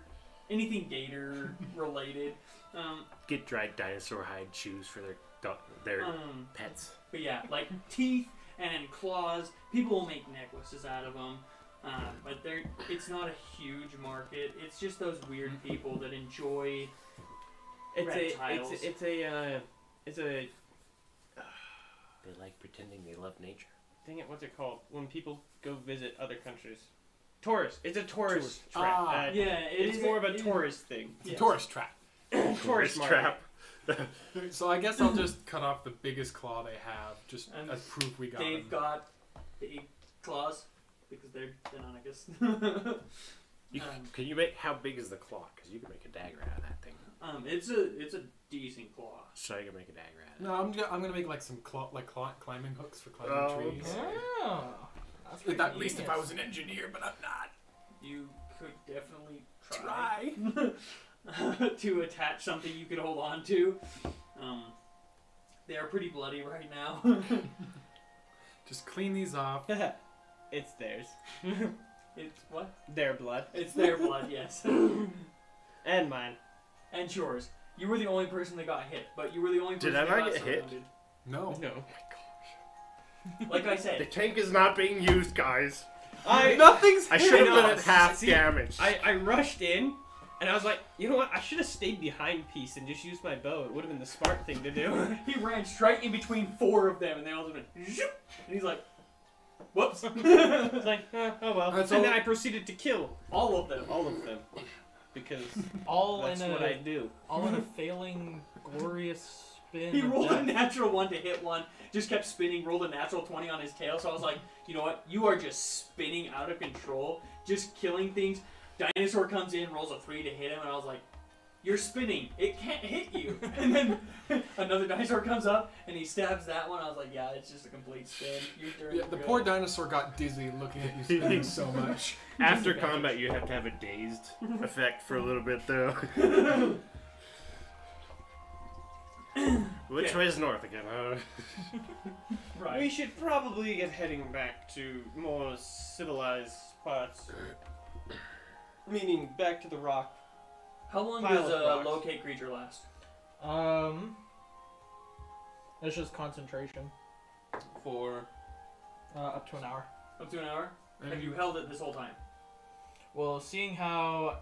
anything gator related. Um, get dried dinosaur hide shoes for their do- their um, pets. but yeah, like teeth and claws. People will make necklaces out of them, um, but they're it's not a huge market. It's just those weird Mm-hmm. people that enjoy. It's a, Reptiles. it's, it's a, uh, it's a, They like pretending they love nature. dang it, what's it called? When people go visit other countries. Tourist. It's a tourist Tourist. trap. Ah, Uh, Yeah, it it's is more of a it is- tourist thing. It's yeah. a tourist trap. tourist market. So I guess I'll just cut off the biggest claw they have, just And as proof we got They've them. got big claws because they're Deinonychus. You, Um, can you make how big is the claw? Because you can make a dagger out of that thing. um, it's a it's a decent claw. So you can make a dagger out of it. No, I'm, go- I'm gonna make like some claw, like claw, climbing hooks for climbing Oh, trees. okay. Oh, that's At pretty that least if I genius. was an engineer, but I'm not. You could definitely Try. to attach something you could hold on to. Um, they are pretty bloody right now. Just clean these off. it's theirs. it's what? Their blood. It's their blood, yes. And mine. and yours. You were the only person that got hit, but you were the only person Did that got I not get hit? surrounded. No. No. Like I The said, tank is not being used, guys. I, Nothing's. I should know. have been at half See, damage. I, I rushed in, and I was like, you know what? I should have stayed behind Peace and just used my bow. It would have been the smart thing to do. he ran straight in between four of them, and they all just went, "Zhup," and he's like, whoops. It's like, "Huh, oh well. That's all- and then I proceeded to kill all of them. all of them. Because all that's in a what I do. all in a failing glorious spin. He of rolled a death. natural one to hit one, just kept spinning, rolled a natural 20 on his tail. So I was like, you know what? You are just spinning out of control, just killing things. Dinosaur comes in, rolls a three to hit him, and I was like, You're spinning. It can't hit you. and then another dinosaur comes up and he stabs that one. I was like, yeah, it's just a complete spin. You're doing Yeah, the good." poor dinosaur got dizzy looking at you spinning so much. After combat, you have to have a dazed effect for a little bit, though. Which Okay. way is north again? Uh, Right. We should probably get heading back to more civilized parts. Meaning back to the rock. How long Pile does of a rocks. locate creature last? Um, it's just concentration For uh, up to an hour. Up to an hour? Have And you held it this whole time? Well, seeing how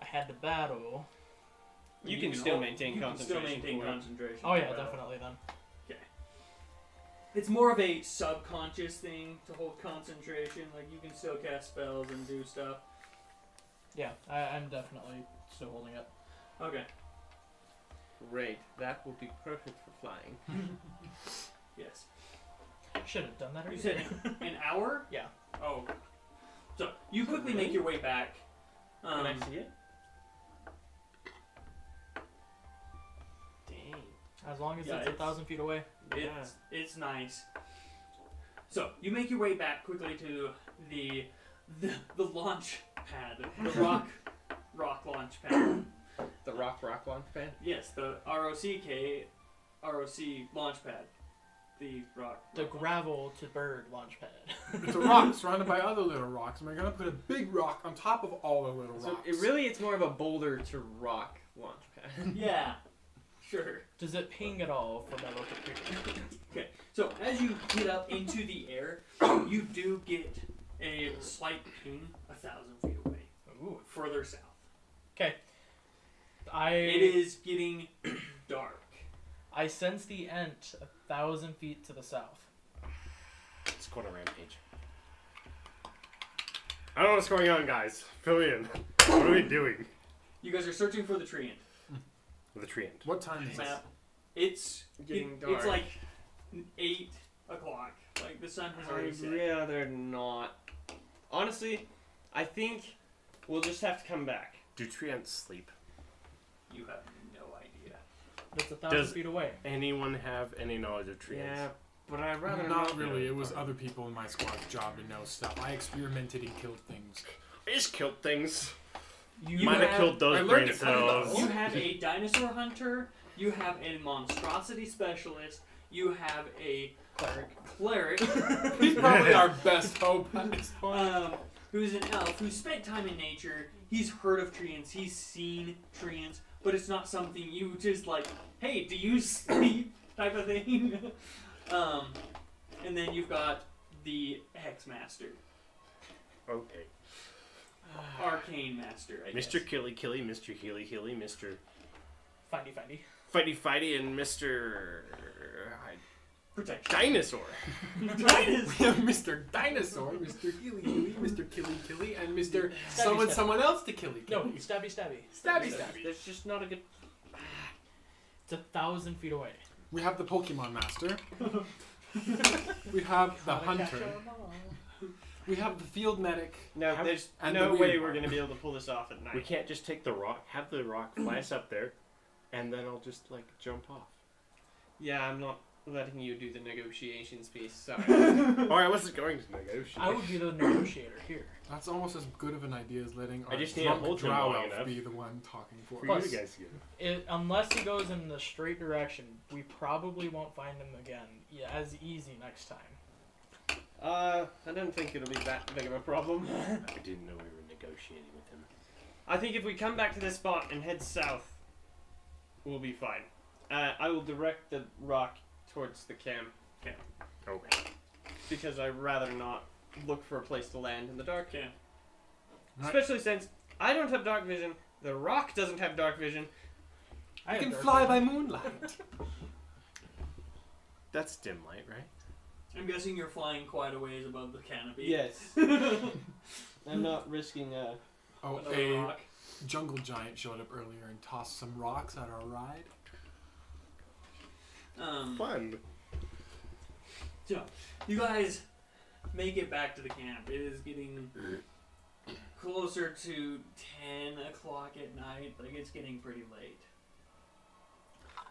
I had to battle. you, can, still hold- maintain you can still concentration. maintain for it. concentration. uh, Oh yeah, Well, definitely then. It's more of a subconscious thing to hold concentration. Like you can still cast spells and do stuff. Yeah, I, I'm definitely still holding it. Okay. Great. That will be perfect for flying. Yes. Should have done that. You earlier. said an hour? Yeah. Oh. So you quickly make your way back. Um, can I see it? Dang. as long as Yeah, it's a it's- thousand feet away. It's it's nice. So you make your way back quickly to the the, the launch pad, the rock rock launch pad. The rock, rock, one fan. Yes, the ROCK ROC launch pad. The rock. The gravel to bird launch pad. it's a rock surrounded by other little rocks. Am I gonna put a big rock on top of all the little So rocks? it really, it's more of a boulder to rock launch pad. yeah. Sure. Does it ping at all for that local creature? So as you get up into the air, you do get a slight ping a thousand feet away, Ooh. further south. I It is getting dark. I sense the ent a thousand feet to the south. it's called a rampage. I don't know what's going on, guys. Fill me in. What are we doing? You guys are searching for the tree ant With the tree end. what time is it? map. It's Getting it- dark. It's like eight o'clock. Like the sun has already I'd set. rather not. Honestly, I think we'll just have to come back. Do tree ants sleep? You have no idea. That's a thousand Does- feet away. Anyone have any knowledge of tree ants? but I'd Not really. It was other people in my squad's job to know stuff. I experimented and killed things. I just killed things. You Might have have- killed I those learned brain it from those. cells. You have a dinosaur hunter. You have a monstrosity specialist. You have a Cleric. cleric He's probably our best hope at this point. um, who's an elf who spent time in nature. He's heard of tree ants. He's seen tree ants, but it's not something you just like. Hey, do you sleep? Type of thing. um, and then you've got the hex master, Okay. arcane master. I Mr. guess. Killy Killy, Mr. Healy Healy, Mr. Findy findy. Fighty Fighty, and Mr. Protection. Dinosaur. Dinosaur. We have Mr. Dinosaur, Mr. Healy Healy, Mr. Killy Killy, and Mr. Someone stabby. Someone Else to Killy No, Killy. stabby stabby. Stabby stabby. There's just not a good. It's a thousand feet away. We have the Pokemon Master. we have the Hunter. We have the Field Medic. No, How- there's and no the weird way we're one. gonna be able to pull this off at night. We can't just take the rock, have the rock fly us up there, and then I'll just like jump off. Yeah, I'm not letting you do the negotiations piece. Sorry. Or I wasn't going to negotiate. I would be the negotiator here. That's almost as good of an idea as letting I our just need to drunk hold him drow long elf enough. be the one talking for For us. you guys to get. It, unless he goes in the straight direction, we probably won't find him again yeah, as easy next time. uh, I don't think it'll be that big of a problem. I didn't know we were negotiating with him. I think if we come back to this spot and head south, we'll be fine. Uh, I will direct the rock towards the camp Okay. because I'd rather not look for a place to land in the dark. Okay. Right. Especially since I don't have dark vision, the rock doesn't have dark vision. I I have can dark fly vision. by moonlight. That's dim light, right? I'm guessing you're flying quite a ways above the canopy. Yes, I'm not risking uh, a. Oh, Another a rock. jungle giant showed up earlier and tossed some rocks at our ride. Um, Fun. You guys make it back to the camp. It is getting closer to 10 o'clock at night. Like, it's getting pretty late.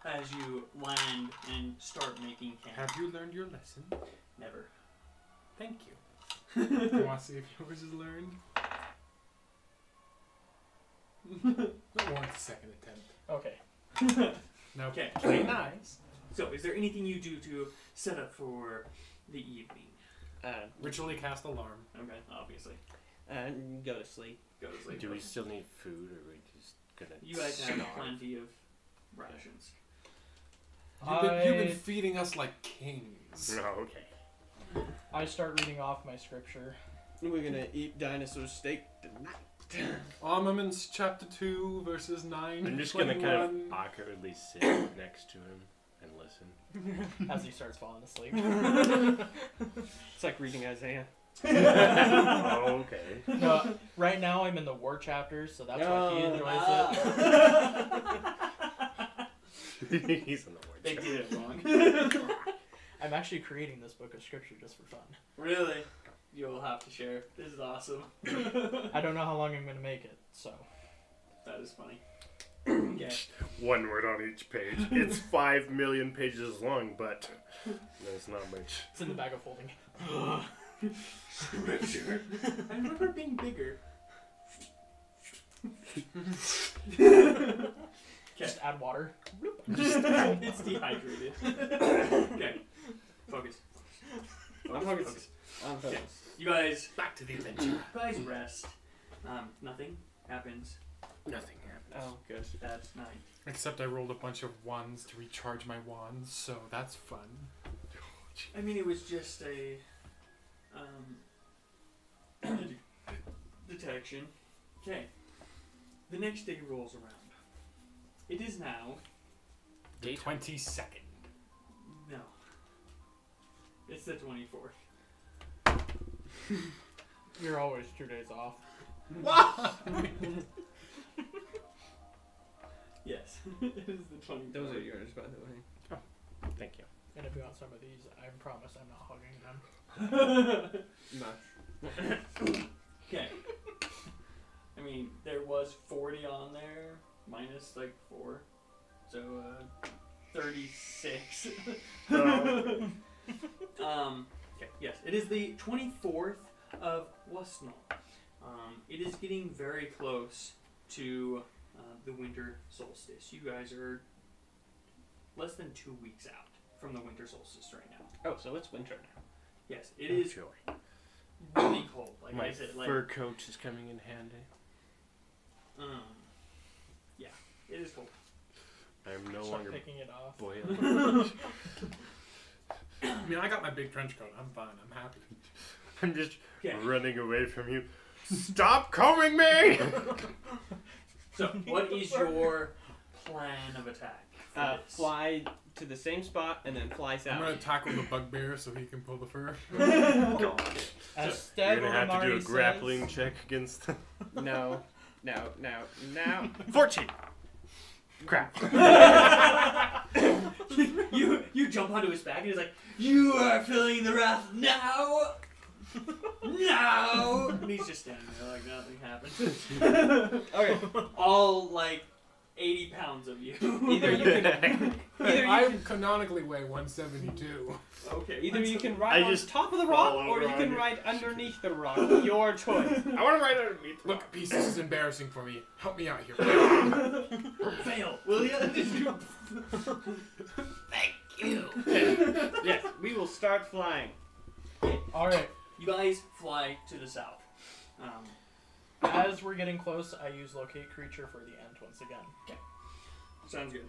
As you land and start making camp. Have you learned your lesson? Never. Thank you. you want to see if yours is learned? That warrants a second attempt. Okay. Now, Okay. play nice. So, is there anything you do to set up for the evening? Uh, Ritually cast alarm. Okay, obviously. and go to sleep. Go to sleep. Do we still need food, or are we just gonna? You guys have starve? plenty of rations. You've been, you've I- been feeding us like kings. No, okay. I start reading off my scripture. We're gonna eat dinosaur steak tonight. Armaments chapter 2, verses 9. I'm just gonna kind of awkwardly sit next to him and listen. as he starts falling asleep. it's like reading Isaiah. Oh, okay. No, right now I'm in the war chapters, so that's why he Oh. enjoys it. He's in the They word. did it wrong. I'm actually creating this book of scripture just for fun. really? You'll have to share. This is awesome. I don't know how long I'm gonna make it, so That is funny. Okay. One word on each page. It's five million pages long, but that's not much. it's in the bag of holding. Scripture. I remember it being bigger. Just add water. it's dehydrated. okay. Focus. I'm focused. I'm focused. You guys, Back to the adventure. you guys rest. Um, nothing happens Nothing happened. Oh, good. that night. Except I rolled a bunch of ones to recharge my wands, so that's fun. I mean, it was just a um, detection. Okay. The next day rolls around. It is now. The 22nd. No. It's the 24th. You're always two days off. Yes. it is the 24th. Those are yours, by the way. Thank you. And if you want some of these, I promise I'm not hugging them. Much. Okay. I mean, there was 40 on there, minus like 4. So, uh, 36. um, okay, yes, it is the 24th of Westnall. Um, it is getting very close to uh, the winter solstice. You guys are less than two weeks out from the winter solstice right now. Oh, so it's winter now. Yes, it is Enjoy. really cold. Like My I said, like fur coat is coming in handy. Um, yeah, it is cold. I'm no Start longer picking it off. boiling. I mean, I got my big trench coat. I'm fine. I'm happy. I'm just Okay, running away from you. Stop combing me! so what is your plan of attack? for Uh, this? fly to the same spot and then fly I'm gonna south. tackle the bugbear so he can pull the fur. As You're Steb gonna have to do a Omari grappling says, check against them. No, no, no, no. 14! Crap. you you jump onto his back and he's like, "You are feeling the wrath now." no, and he's just standing there like nothing happened. Okay. All like eighty pounds of you. Either you can, either you, I canonically weigh 172. okay. either you can I ride on just top of the rock, fall or you over can on it. ride underneath the rock. Your choice. I want to write underneath. Look, Look, Beast, this is embarrassing for me. Help me out here. fail, will you? yes, we will start flying. All right. you guys fly to the south. Um, As we're getting close, I use locate creature for the end once again. Sounds good.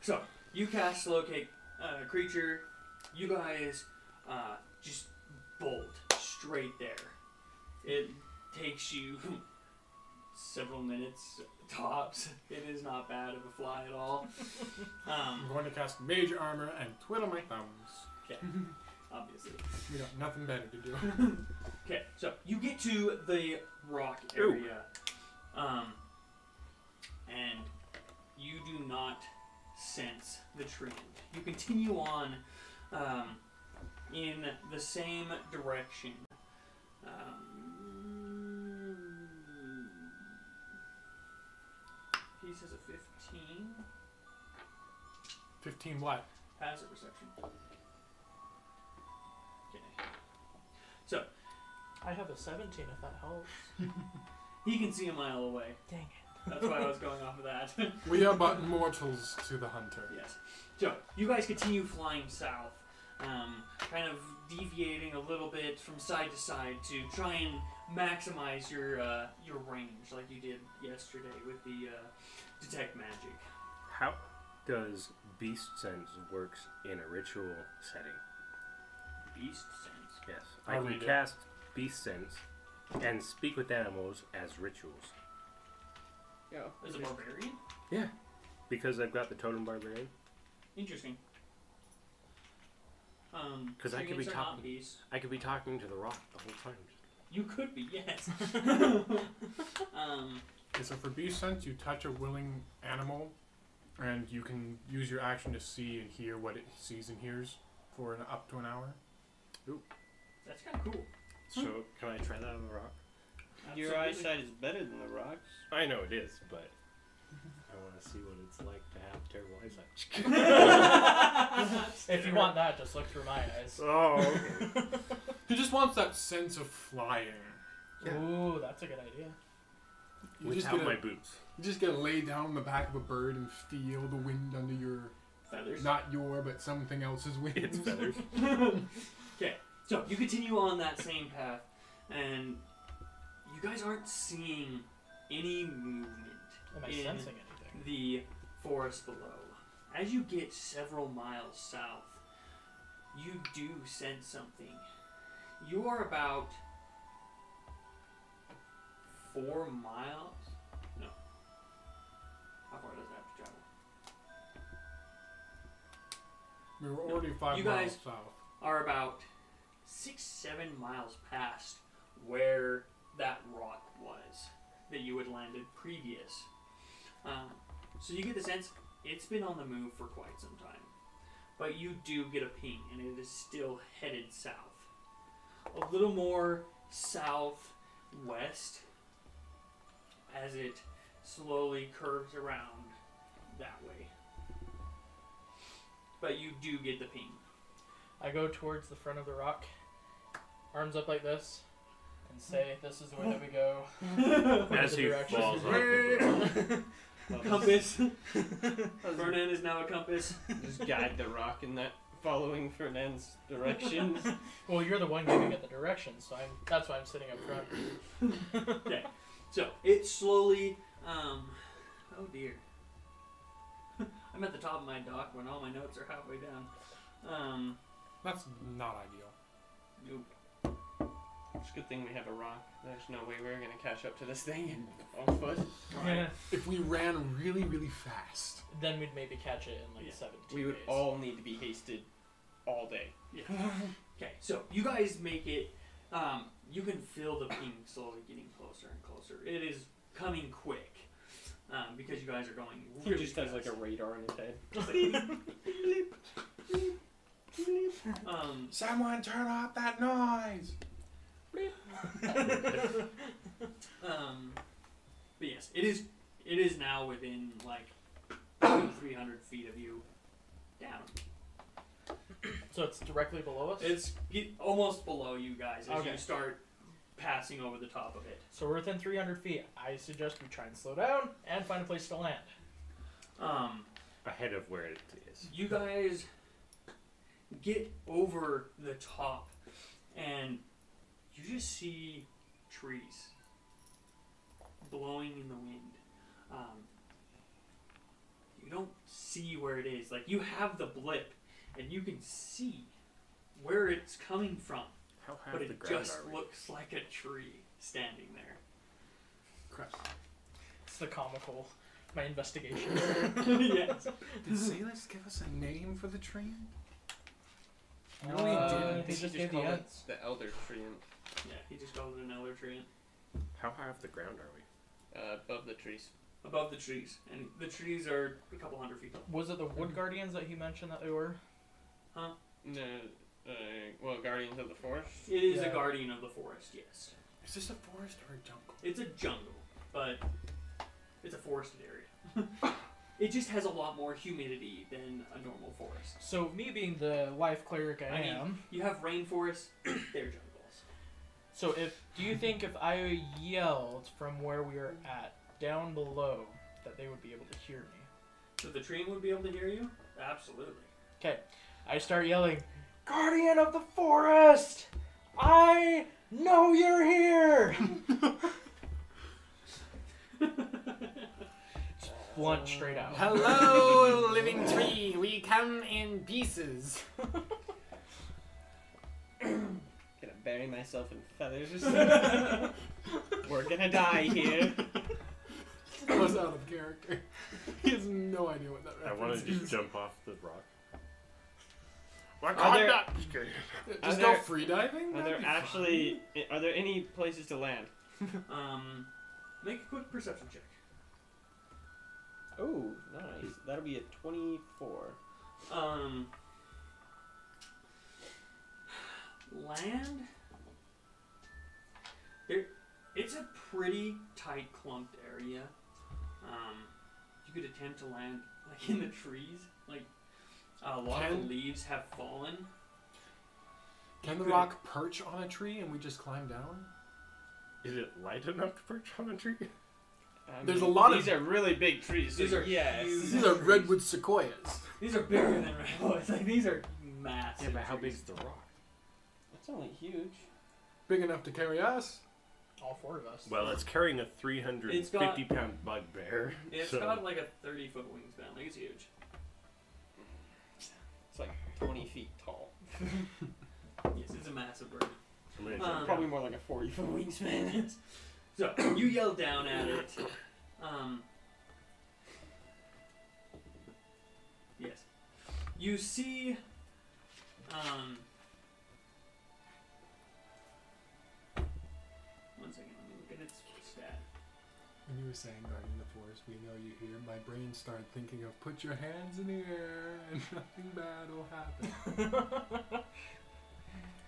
So you cast locate uh, creature. You guys uh, just bolt straight there. It takes you several minutes tops. It is not bad of a fly at all. I'm Um, going to cast Mage Armor and twiddle my thumbs. obviously. We got nothing better to do. Okay, so you get to the rock area, um, and you do not sense the trend. You continue on um, in the same direction. Um, DC is a 15. 15 what? Passive perception. Okay. So, I have a 17 if that helps. he can see a mile away. Dang it. That's why I was going off of that. We are but mortals to the hunter. Yes. So you guys continue flying south, um, kind of deviating a little bit from side to side to try and maximize your uh, your range, like you did yesterday with the uh, detect magic. How does beast sense works in a ritual setting? Beast sense. Yes, I'll I can read it. cast beast sense and speak with animals as rituals Yeah. As a barbarian. because I've got the totem barbarian. Interesting. Um, 'Cause so I your could be names are not talking- beast. I could be talking to the rock the whole time. You could be, yes. um, Okay, so for beast sense, you touch a willing animal, and you can use your action to see and hear what it sees and hears for an, up to an hour. that's kind of cool. So can I try that on the rock? Your Absolutely. eyesight is better than the rocks. I know it is, but I want to see what it's like to have terrible eyesight. If you want that, just look through my eyes. oh, okay. He just wants that sense of flying. Yeah. Ooh, that's a good idea. You just, without get my to boots. you just get to lay down on the back of a bird and feel the wind under your feathers. not your but something else's wings. It's feathers. okay, so you continue on that same path, and you guys aren't seeing any movement Am I in sensing anything? the forest below. As you get several miles south, you do sense something. You are about four miles. No. How far does it have to travel? We were already five You miles guys- south. are about six, seven miles past where that rock was that you had landed previous. Um, so you get the sense it's been on the move for quite some time. But you do get a ping, and it is still headed south. A little more southwest as it slowly curves around that way. But you do get the ping. I go towards the front of the rock, arms up like this, and say, "This is the way that we go." As he Direction. falls off the rock. compass. Fernan is now a compass. Just guide the rock in that following Fernand's directions. Well, you're the one giving it the direction, so I'm. That's why I'm sitting up front. So it slowly. Um, oh dear. I'm at the top of my dock when all my notes are halfway down. Um, That's not ideal. nope. It's a good thing we have a rock. There's no way we're gonna catch up to this thing on foot. Alright. If we ran really, really fast, Then we'd maybe catch it in like Yeah. 17 We would days. all need to be hasted all day. Okay, so you guys make it. Um, you can feel the ping slowly getting closer and closer. It is coming quick um, because you guys are going He really just has like fast. a radar in his head. um, someone turn off that noise. Um, but yes, it is. It is now within like two, three hundred feet of you. Down. So it's directly below us. It's ge- almost below you guys as Okay. you start passing over the top of it. so we're within 300 feet. I suggest we try and slow down and find a place to land. Um, Ahead of where it is. you guys get over the top, and you just see trees blowing in the wind. Um, you don't see where it is. Like you have the blip, and you can see where it's coming from, How high but up the it ground just are we? looks like a tree standing there. Crap. It's the comical. My investigation. yes. Did Salus give us a name for the tree? No, Uh, he I didn't. think he just gave the called it ants. the elder tree Yeah, he just called it an elder tree. How high up the ground are we? uh, above the trees. Above the trees, and the trees are a couple hundred feet tall. Was it the Wood Guardians that he mentioned that they were? No, uh, well, guardians of the forest. It is Yeah. a guardian of the forest, yes. Is this a forest or a jungle? It's a jungle, but it's a forested area. It just has a lot more humidity than a normal forest. So me being the life cleric I, I mean- am, You have rainforests, they're jungles. so if do you think if I yelled from where we are at down below that they would be able to hear me? So the train would be able to hear you? Absolutely. I start yelling, "Guardian of the forest! I know you're here!" Blunt straight out. Hello, living tree. We come in pieces. Gonna bury myself in feathers. We're gonna die here. That was out of character. He has no idea what that I reference want to is. just jump off the rock. Are there- Wakanda! Just kidding. Are Just go there- free diving. Are there actually? Are there any places to land? Um, make a quick perception check. Oh, nice. That'll be a twenty-four. Um, land. There, it's a pretty tight clumped area. Um, you could attempt to land like in the trees. Like a lot of the Can- leaves have fallen. Can the rock perch on a tree and we just climb down? Is it light enough to perch on a tree? I There's a mean, lot of- these are really big trees. so These are yes. huge. These are redwood sequoias. These are bigger than redwoods. Like these are massive. trees. the rock? That's only huge. Big enough to carry us. All four of us. Well, it's carrying a 350 got- fifty pound bugbear. It's so got like a thirty foot wingspan. Like it's huge. It's like twenty feet tall. Yes, it's a massive bird. I'm gonna um, jump Probably more like a forty foot wingspan. So you yell down at it. Um, yes. You see. Um, one second. Let me look at its stat. When you were saying guarding the forest, we know you here. My brain started thinking of put your hands in the air and nothing bad will happen.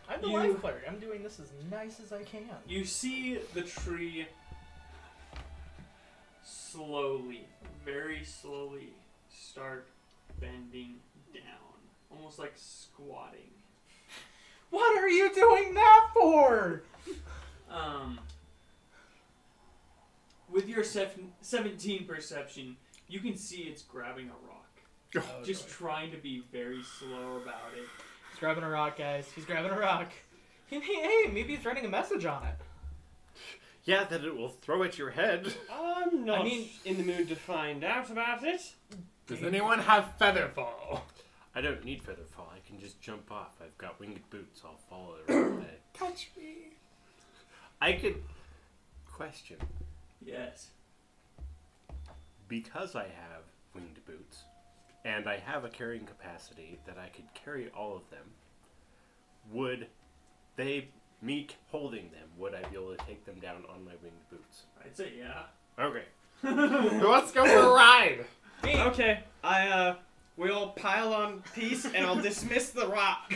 I'm the You- life cleric. I'm doing this as nice as I can. You see the tree slowly, very slowly, start bending down, almost like squatting. What are you doing that for? Um, with your sef- 17 perception, you can see it's grabbing a rock. Oh, Just joy. trying to be very slow about it. he's grabbing a rock, guys. He's grabbing a rock. Hey, hey, maybe he's writing a message on it. Yeah, that it will throw at your head. I'm not I mean- in the mood to find out about it. Does anyone have feather fall? I don't need feather fall. I can just jump off. I've got winged boots. I'll follow it right away. Touch me. I could question Yes. because I have winged boots and I have a carrying capacity that I could carry all of them. Would they me holding them? Would I be able to take them down on my winged boots? I'd say yeah. Okay. Let's go for a ride. Okay, I uh, we'll pile on peace and I'll dismiss the rock.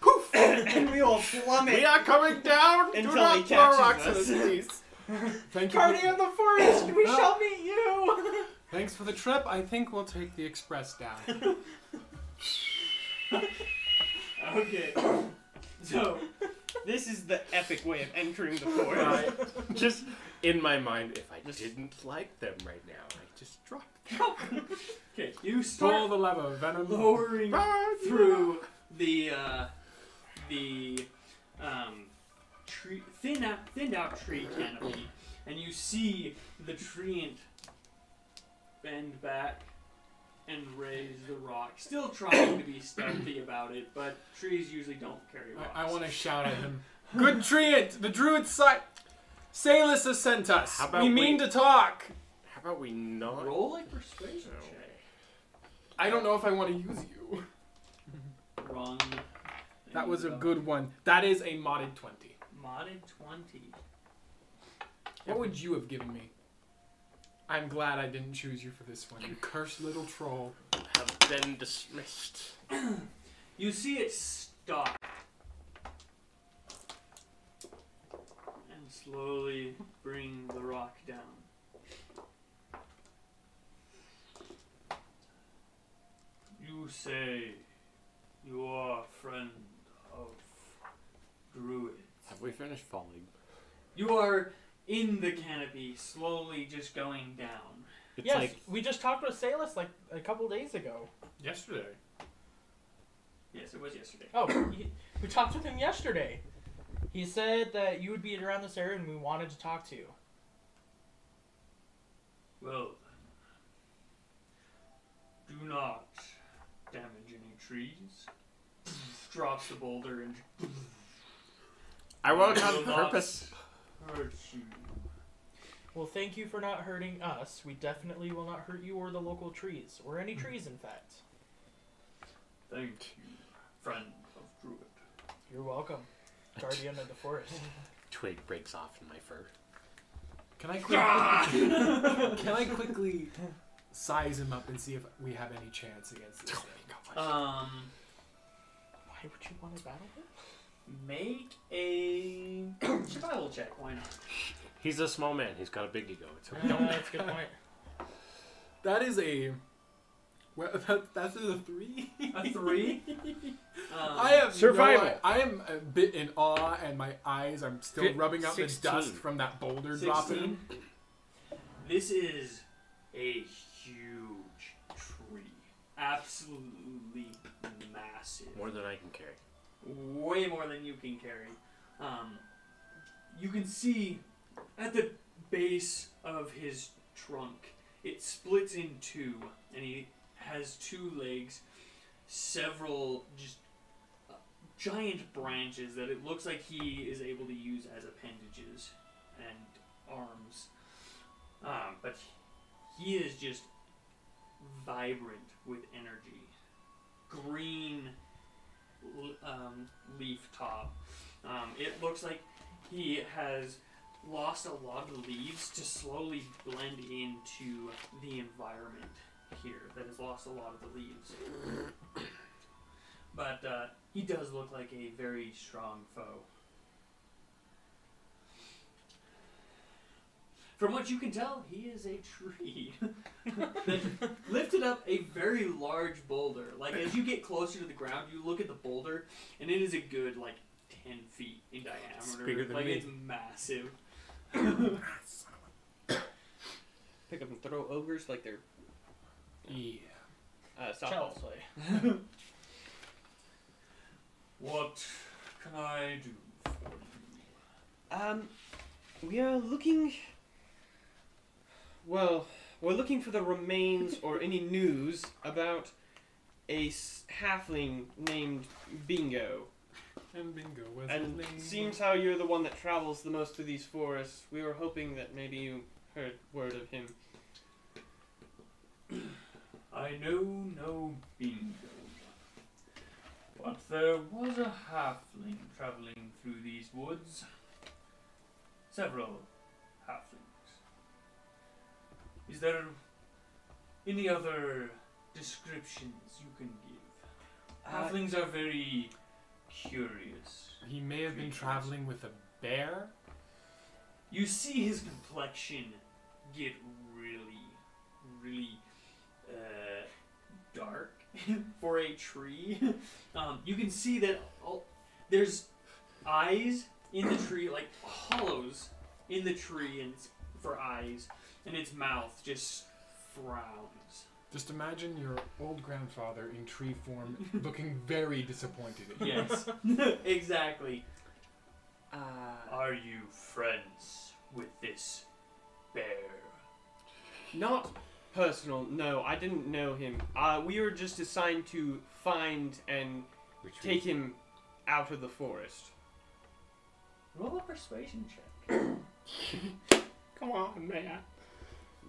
Poof. and we will plummet. We are coming down. Do Until he not throw catches rocks at us. us, please. Thank you. Guardian of the forest, we No. shall meet you. Thanks for the trip. I think we'll take the express down. Okay. so, This is the epic way of entering the forest. I, just in my mind, if I Just- didn't like them right now, I just drop them. okay, you Pull start the lever, venom. lowering Burn. through the uh, the um, tree, thin out, thinned out tree canopy, and you see the treant bend back and raise the rock, still trying to be stealthy about it. But trees usually don't carry rocks. I, want to shout at him. Good treant, the druid site. Salus has sent us. How about we mean we- to talk. How about we not? roll a persuasion No. check. I don't know if I want to use you. Wrong. That thing, was a though. good one. That is a modded twenty. modded twenty. What would you have given me? I'm glad I didn't choose you for this one. You cursed little troll. Have been dismissed. You see it stop. And slowly bring the rock down. say you are a friend of druids? Have we finished falling? You are in the canopy, slowly just going down. It's yes, like we just talked with Salus like a couple days ago. Yesterday. Yes, it was yesterday. Oh, he- we talked with him yesterday. He said that you would be around this area and we wanted to talk to you. Well, do not damage any trees. Drops the boulder and I won't will on not purpose. Hurt you. Well, thank you for not hurting us. We definitely will not hurt you or the local trees, or any trees, in fact. Thank you, friend of druid. You're welcome, guardian of the forest. Twig breaks off in my fur. Can I quickly, Ah! can I quickly size him up and see if we have any chance against this thing? um, Why would you want to battle him? make a survival check. Why not? He's a small man. He's got a big ego. It's okay. Uh, that's a good point. That is a. Well, that, that's a three. A three. Um, I have no Uh, Survival. i- I am a bit in awe, and my eyes. I'm still Fif- rubbing out the 16. dust from that boulder 16. dropping. This is a huge tree. Absolutely massive. More than I can carry. Way more than you can carry. Um, you can see at the base of his trunk, it splits in two, and he has two legs, several just uh, giant branches that it looks like he is able to use as appendages and arms. Um, but he is just vibrant with energy. Green l- um, leaf top. Um, it looks like he has lost a lot of leaves to slowly blend into the environment here that has lost a lot of the leaves. But uh, he does look like a very strong foe. From what you can tell, he is a tree that lifted up a very large boulder. Like as you get closer to the ground, you look at the boulder, and it is a good like ten feet in diameter. Oh, It's bigger than like me. it's massive. Pick up and throw ogres like they're Yeah. uh, Child's softballs. play. What can I do for you? Um, we are looking. Well, we're looking for the remains or any news about a s- halfling named Bingo. And bingo. Was And the name. seems how you're the one that travels the most through these forests. We were hoping that maybe you heard word of him. I know no bingo. But there was a halfling traveling through these woods. Several halflings. Is there any other descriptions you can give? Uh, Halflings are very curious. He may have been traveling with a bear. You see his complexion get really, really uh, dark for a tree. Um, you can see that all, there's eyes in the tree, like hollows in the tree, and it's for eyes, and its mouth just frowns. Just imagine your old grandfather in tree form, looking very disappointed at you. Yes, exactly. Uh, Are you friends with this bear? not personal, no, I didn't know him. Uh, we were just assigned to find and take him out of the forest. Roll a persuasion check. Come on, man.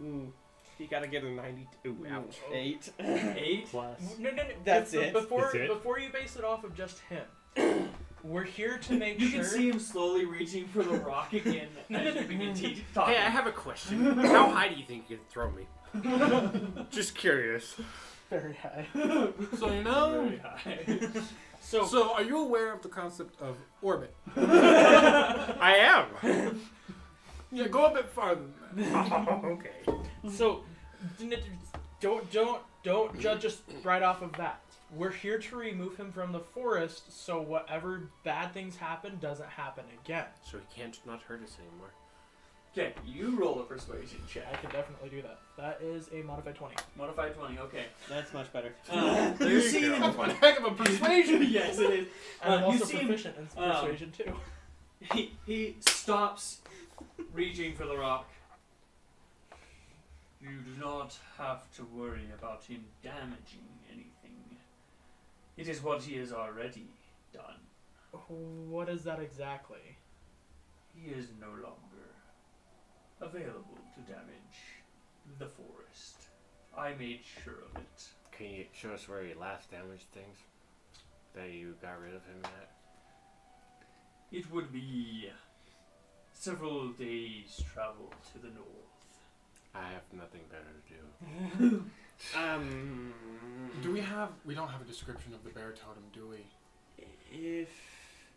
Ooh, You gotta get a 92 out. ouch. Eight. Eight. Plus. No, no, no. That's be- be- it. Before That's it. before you base it off of just him, we're here to make You sure. can see him slowly reaching for the rock again as you begin te- talking. Hey, I have a question. How high do you think you can throw me? Just curious. Very high. So you know. Very high. So, So are you aware of the concept of orbit? I am. Yeah, go a bit farther. Than that. okay. so, d- n- d- don't don't don't judge us right off of that. We're here to remove him from the forest so whatever bad things happen doesn't happen again. So he can't not hurt us anymore. Okay, you roll a persuasion I check. can definitely do that. That is a modified 20. Modified 20, okay. That's much better. Uh, There you you see go. That's one heck of a persuasion. yes, it is. And I'm Uh, you also see him- proficient in um, persuasion too. He, he stops reaching for the rock. You do not have to worry about him damaging anything. It is what he has already done. What is that exactly? He is no longer available to damage the forest. I made sure of it. Can you show us where he last damaged things that you got rid of him at? It would be several days' travel to the north. I have nothing better to do. um. Do we have? We don't have a description of the bear totem, do we? If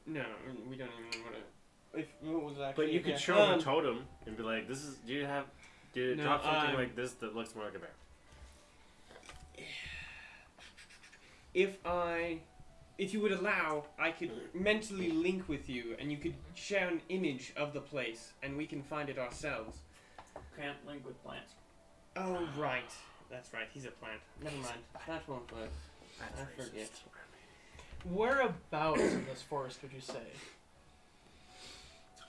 no, we don't even want to. If what was actually? But you could yeah. show him Um, a totem and be like, "This is. Do you have? Do you No, drop something um, like this that looks more like a bear?" if I, if you would allow, I could mentally link with you, and you could share an image of the place, and we can find it ourselves. Can't link with plants. Oh right, that's right. He's a plant. Never mind. That won't work. That's I forget. Whereabouts in this forest would you say?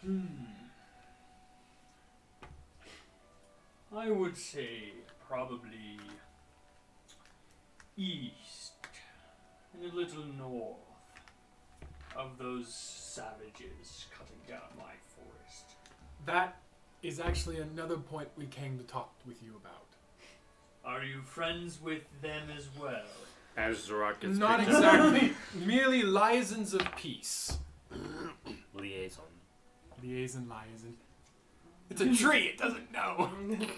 Hmm. I would say probably east and a little north of those savages cutting down my forest. That is actually another point we came to talk with you about. Are you friends with them as well? As the rock gets Not picked up. exactly. Merely liaisons of peace. liaison. Liaison, liaison. It's a tree. It doesn't know.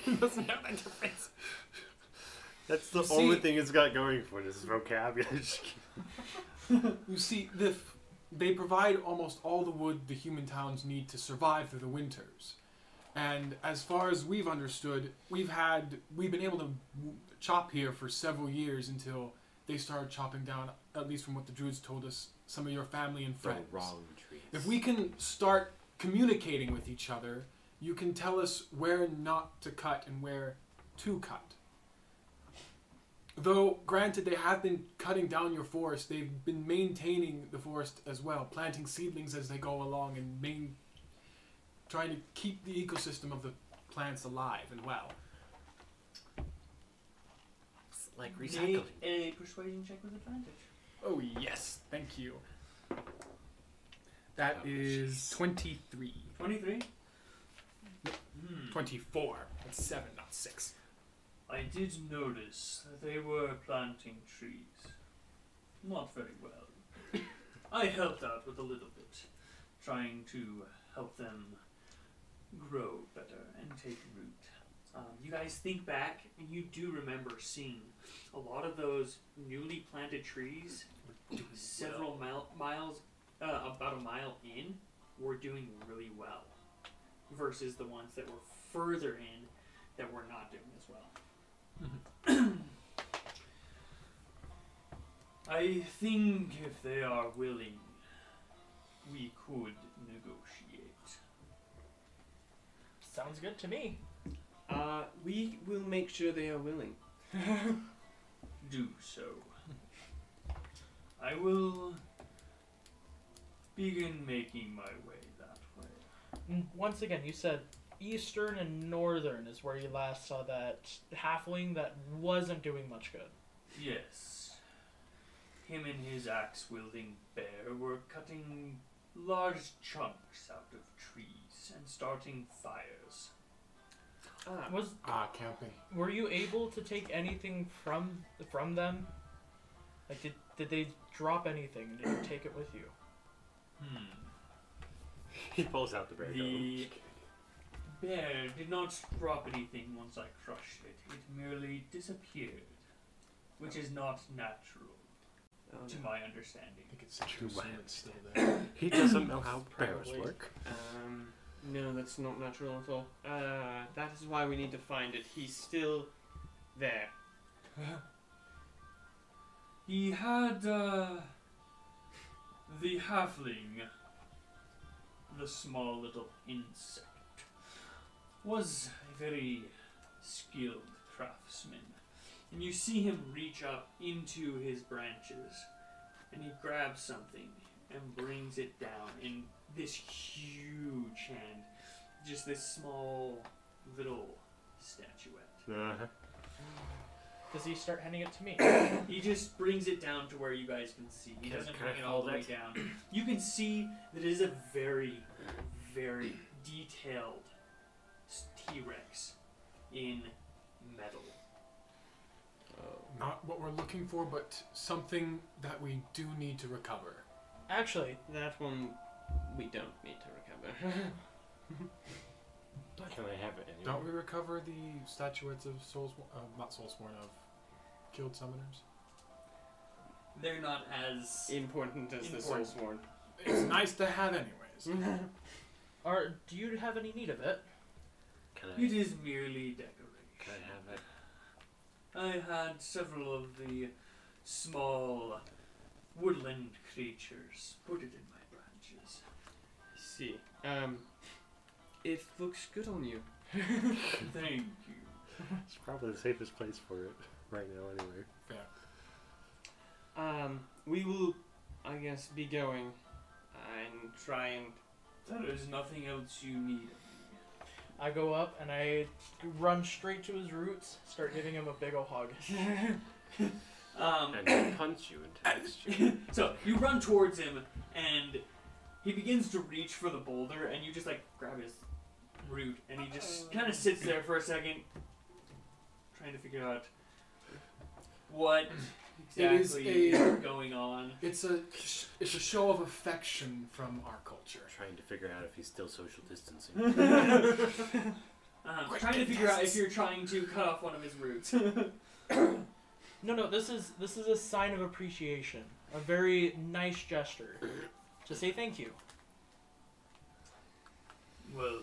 it doesn't have that difference. That's the You see- only thing it's got going for it is vocabulary. You see, the f- they provide almost all the wood the human towns need to survive through the winters. And as far as we've understood, we've had we've been able to w- chop here for several years until they started chopping down, at least from what the druids told us, some of your family and the friends. wrong trees. If we can start communicating with each other, you can tell us where not to cut and where to cut. Though, granted, they have been cutting down your forest, they've been maintaining the forest as well, planting seedlings as they go along and main, trying to keep the ecosystem of the plants alive and well. It's like recycling. Make a persuasion check with advantage. Oh, yes, thank you. That Ouch. is 23. 23? Hmm. 24. That's 7, not 6. I did notice that they were planting trees. Not very well. I helped out with a little bit, trying to help them grow better and take root. Um, you guys think back, and you do remember seeing a lot of those newly planted trees several mile, miles, uh, about a mile in, were doing really well, versus the ones that were further in that were not doing as well. I think if they are willing, we could negotiate. Sounds good to me. Uh, we will make sure they are willing. do so. I will begin making my way that way. Mm, Once again, you said eastern and northern is where you last saw that halfling that wasn't doing much good. Yes. Him and his axe wielding bear were cutting large chunks out of trees and starting fires. Ah, Was Ah, camping. were you able to take anything from from them? Like did did they drop anything? Did you take it with you? Hmm. He pulls out the bear. The bear did not drop anything once I crushed it. It merely disappeared, which is not natural, oh, to no. my understanding. I think it's true. Too wet. It's still there. He doesn't know how Probably. Um, no, that's not natural at all. Uh, that is why we need to find it. He's still there. He had uh, the halfling, the small little insect, was a very skilled craftsman. And you see him reach up into his branches, and he grabs something and brings it down in this huge hand, just this small little statuette. Uh-huh. Does he start handing it to me? He just brings it down to where you guys can see. He Can- doesn't can bring I it all hold the way it? down. You can see that it is a very, very detailed T Rex in metal. Oh. Not what we're looking for, but something that we do need to recover. Actually, That one we don't need to recover. Can I have it anyway? Don't we recover the statuettes of souls? Uh, not soulsworn of killed summoners. They're not as. Important as the soul Important. sworn. It's nice to have, anyways. are do you have any need of it? Can I, It is merely can decoration. I have it? I had several of the small woodland creatures put it in my branches. See. Um, it looks good on you. Thank you. It's probably the safest place for it right now, anyway. Um, we will, I guess, be going and try and. There is nothing else you need. I go up and I run straight to his roots, start giving him a big ol' hug. Um, And punch you into next year. So you run towards him, and he begins to reach for the boulder, and you just like grab his root, and he just kind of sits there for a second, trying to figure out what It is exactly a- is, going on. It's a it's a show of affection from our culture. Trying to figure out if he's still social distancing. Um, Quick, trying to get figure out if this. you're trying to cut off one of his roots. No, no, this is this is a sign of appreciation, a very nice gesture to say thank you. well,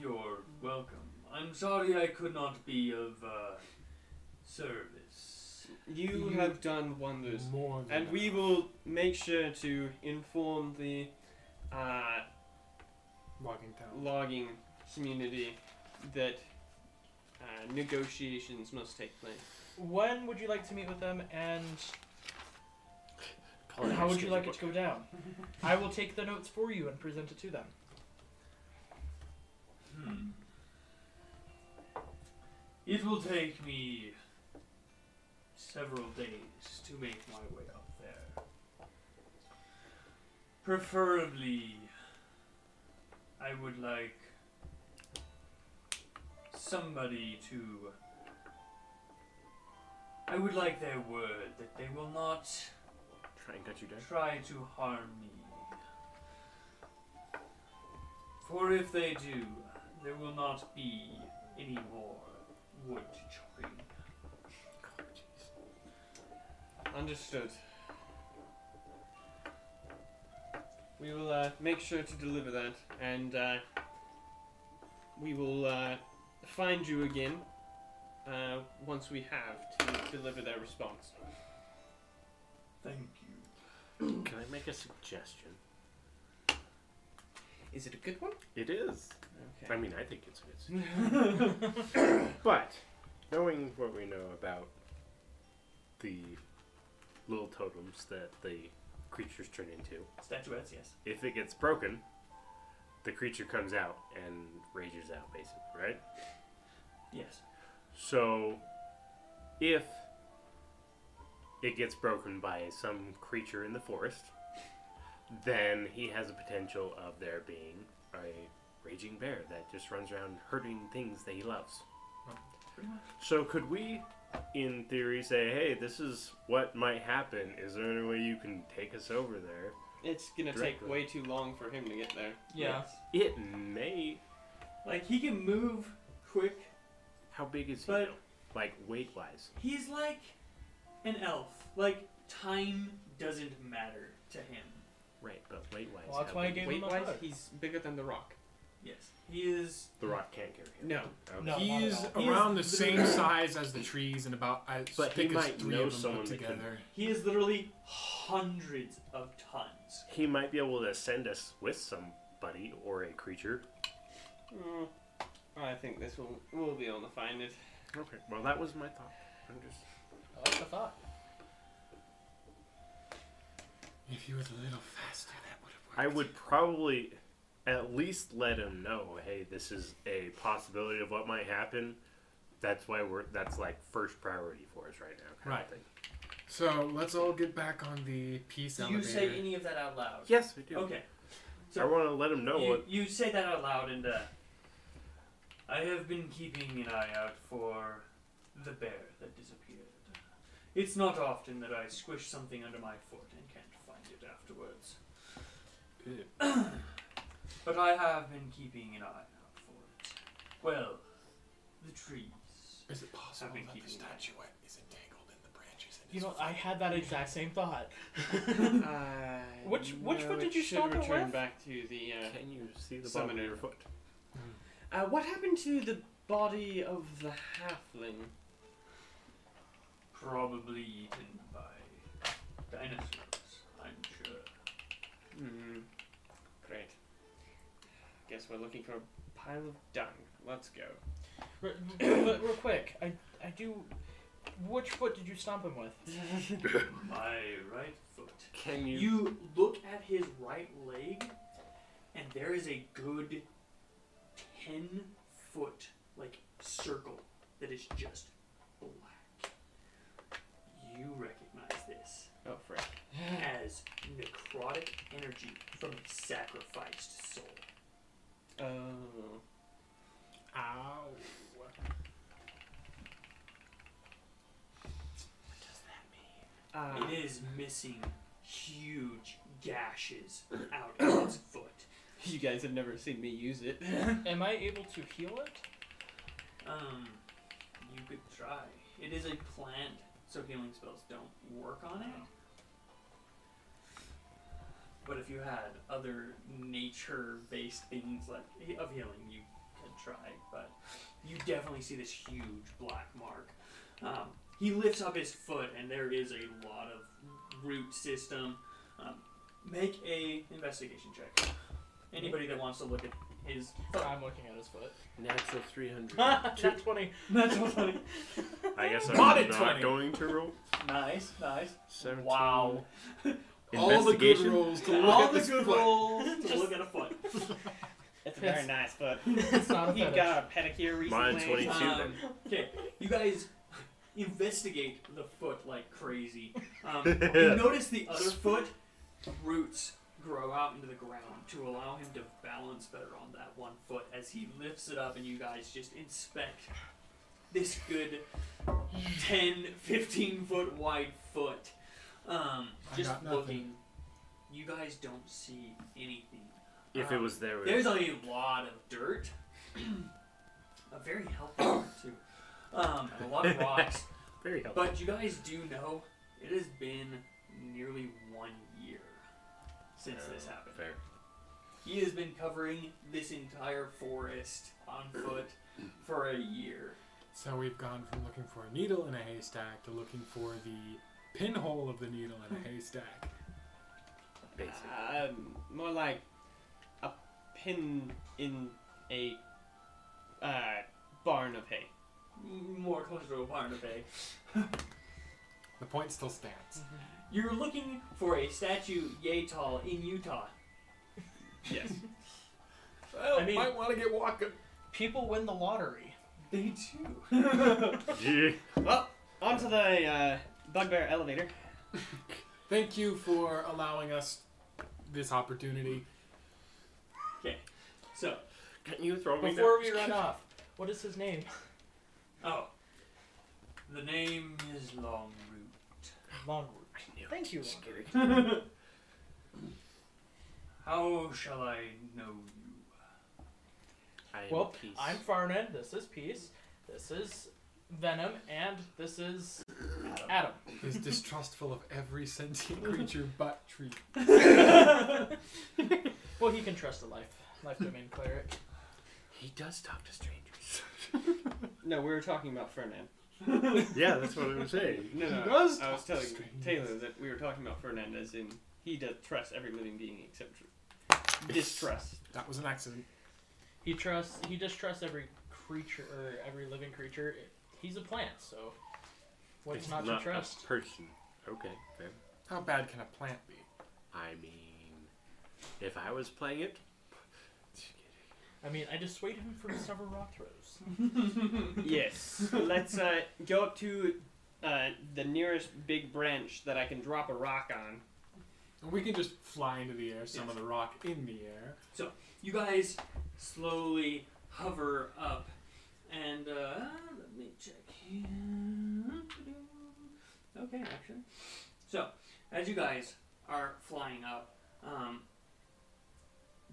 you're welcome. I'm sorry I could not be of uh, service. You You- have done wonders. More than And we will make sure to inform the uh, logging town. logging community that uh, negotiations must take place. When would you like to meet with them, and how Paul would Anderson you is like a it to go down? I will take the notes for you and present it to them. Hmm. It will take me several days to make my way up there. Preferably, I would like somebody to. I would like their word that they will not Try and cut you down. try to harm me. For if they do, there will not be any more wood chopping. Oh, jeez. Understood. We will uh, make sure to deliver that, and uh, we will uh, find you again uh, once we have to deliver their response. Thank you. Can I make a suggestion? Is it a good one? It is. Okay. I mean, I think it's a good suggestion. but knowing what we know about the little totems that the creatures turn into, Statuettes, yes. if it gets broken, the creature comes out and rages out, basically, right? Yes. So, if it gets broken by some creature in the forest, then he has a potential of there being a raging bear that just runs around hurting things that he loves. Pretty much. So, could we, in theory, say, hey, this is what might happen? Is there any way you can take us over there? It's gonna Directly. take way too long for him to get there. Yes. It may. Like, he can move quick. How big is he? But- though? Like, weight wise? He's like an elf. Like, time doesn't matter to him. Right, but weight wise. Well, that's why I gave him Weight a wise, hug. he's bigger than the rock. Yes. He is. The rock can't carry him. No. Okay. No. not at He's all. He's around the literally- same size as the trees and about as But he thick as might three know of them someone put that can- together. He is literally hundreds of tons. He might be able to send us with somebody or a creature. Mm, I think this will will be able to find it. Okay. Well, that was my thought. I'm just. I like the thought. If he was a little faster, that would have worked. I would probably at least let him know, hey, this is a possibility of what might happen. That's why we're. That's like first priority for us right now. Kind Right. Of thing. So let's all get back on the peace Do you elevator. say any of that out loud? Yes, I do. Okay. I want to let him know you, what. you say that out loud, and uh, I have been keeping an eye out for the bear that disappeared. It's not often that I squish something under my foot and can't find it afterwards, Ew. but I have been keeping an eye out for it. Well, the trees. Is it possible I've been that the keeping that. statuette is entangled in the branches? And You is know, I had that exact same thought. I Which- which know foot it did you should stop it return with? back to the. Uh, Can you see the bottom Summoner. of your foot? Uh, what happened to the body of the halfling? Probably eaten by dinosaurs, I'm sure. Hmm. Great. Guess we're looking for a pile of dung. Let's go. Re- re- But real quick, I, I do. Which foot did you stomp him with? My right foot. Can you? You look at his right leg, and there is a good 10 foot, like, circle that is just black. You recognize this Oh, frick. as necrotic energy from a sacrificed soul. Oh. Ow. What does that mean? Ah. It is missing huge gashes out of its foot. You guys have never seen me use it. Am I able to heal it? Um, you could try. It is a plant, so healing spells don't work on it. But if you had other nature-based things like he- of healing, you could try. But you definitely see this huge black mark. Um, he lifts up his foot, and there is a lot of root system. Um, make a investigation check. Anybody that wants to look at his foot. I'm looking at his foot. Natural 300. Ah, Not 20. That's so funny. I guess I'm Not at not, 20. going to roll. Nice, nice. 17. All Wow. the good Investigation? rolls to look All at the this good foot. rolls to look at a foot. It's a It's- very nice foot. It's not a He fetish. got a pedicure recently. Mine's 22 Um, then. okay, you guys investigate the foot like crazy. Um, you notice the other foot roots grow out into the ground to allow him to balance better on that one foot as he lifts it up and you guys just inspect this good 10, 15 foot wide foot. Um, I just got nothing. looking. You guys don't see anything. If it was there, There's a lot of dirt. a very healthy dirt too. Um, and a lot of rocks. very helpful. But you guys do know it has been nearly one year since this happened. Fair. He has been covering this entire forest on foot for a year. So we've gone from looking for a needle in a haystack to looking for the pinhole of the needle in a haystack. Basic. Um, more like a pin in a uh, barn of hay. M- More closer to a barn of hay. The point still stands. You're looking for a statue yay tall in Utah. Yes. Well, I mean- might want to get walking. People win the lottery. They do. Yeah. well, onto the uh, bugbear elevator. Thank you for allowing us this opportunity. so, Can you throw me Before we that? run off, what is his name? oh. The name is Long Root. Long I knew Thank you. Scary. How shall I know you? I am Well, peace. I'm Farnan. This is Peace. This is Venom, and this is Adam. Is distrustful of every sentient creature but tree. Well, he can trust a life life domain cleric. He does talk to strangers. No, we were talking about Fernand. yeah, that's what I'm saying. No, no, He does I was talk telling to strangers. Taylor that we were talking about Fernand as in he does trust every living being except distrust. That was an accident. He trusts. He distrusts every creature or every living creature. He's a plant, so what's It's not, not to trust? a person. Okay, fair. How bad can a plant be? I mean, if I was playing it, I mean, I dissuade him from several rock throws. yes. Let's uh, go up to uh, the nearest big branch that I can drop a rock on. We can just fly into the air, summon Yes. the rock in the air. You guys slowly hover up, and uh, let me check here. Okay, actually. So, as you guys are flying up, um,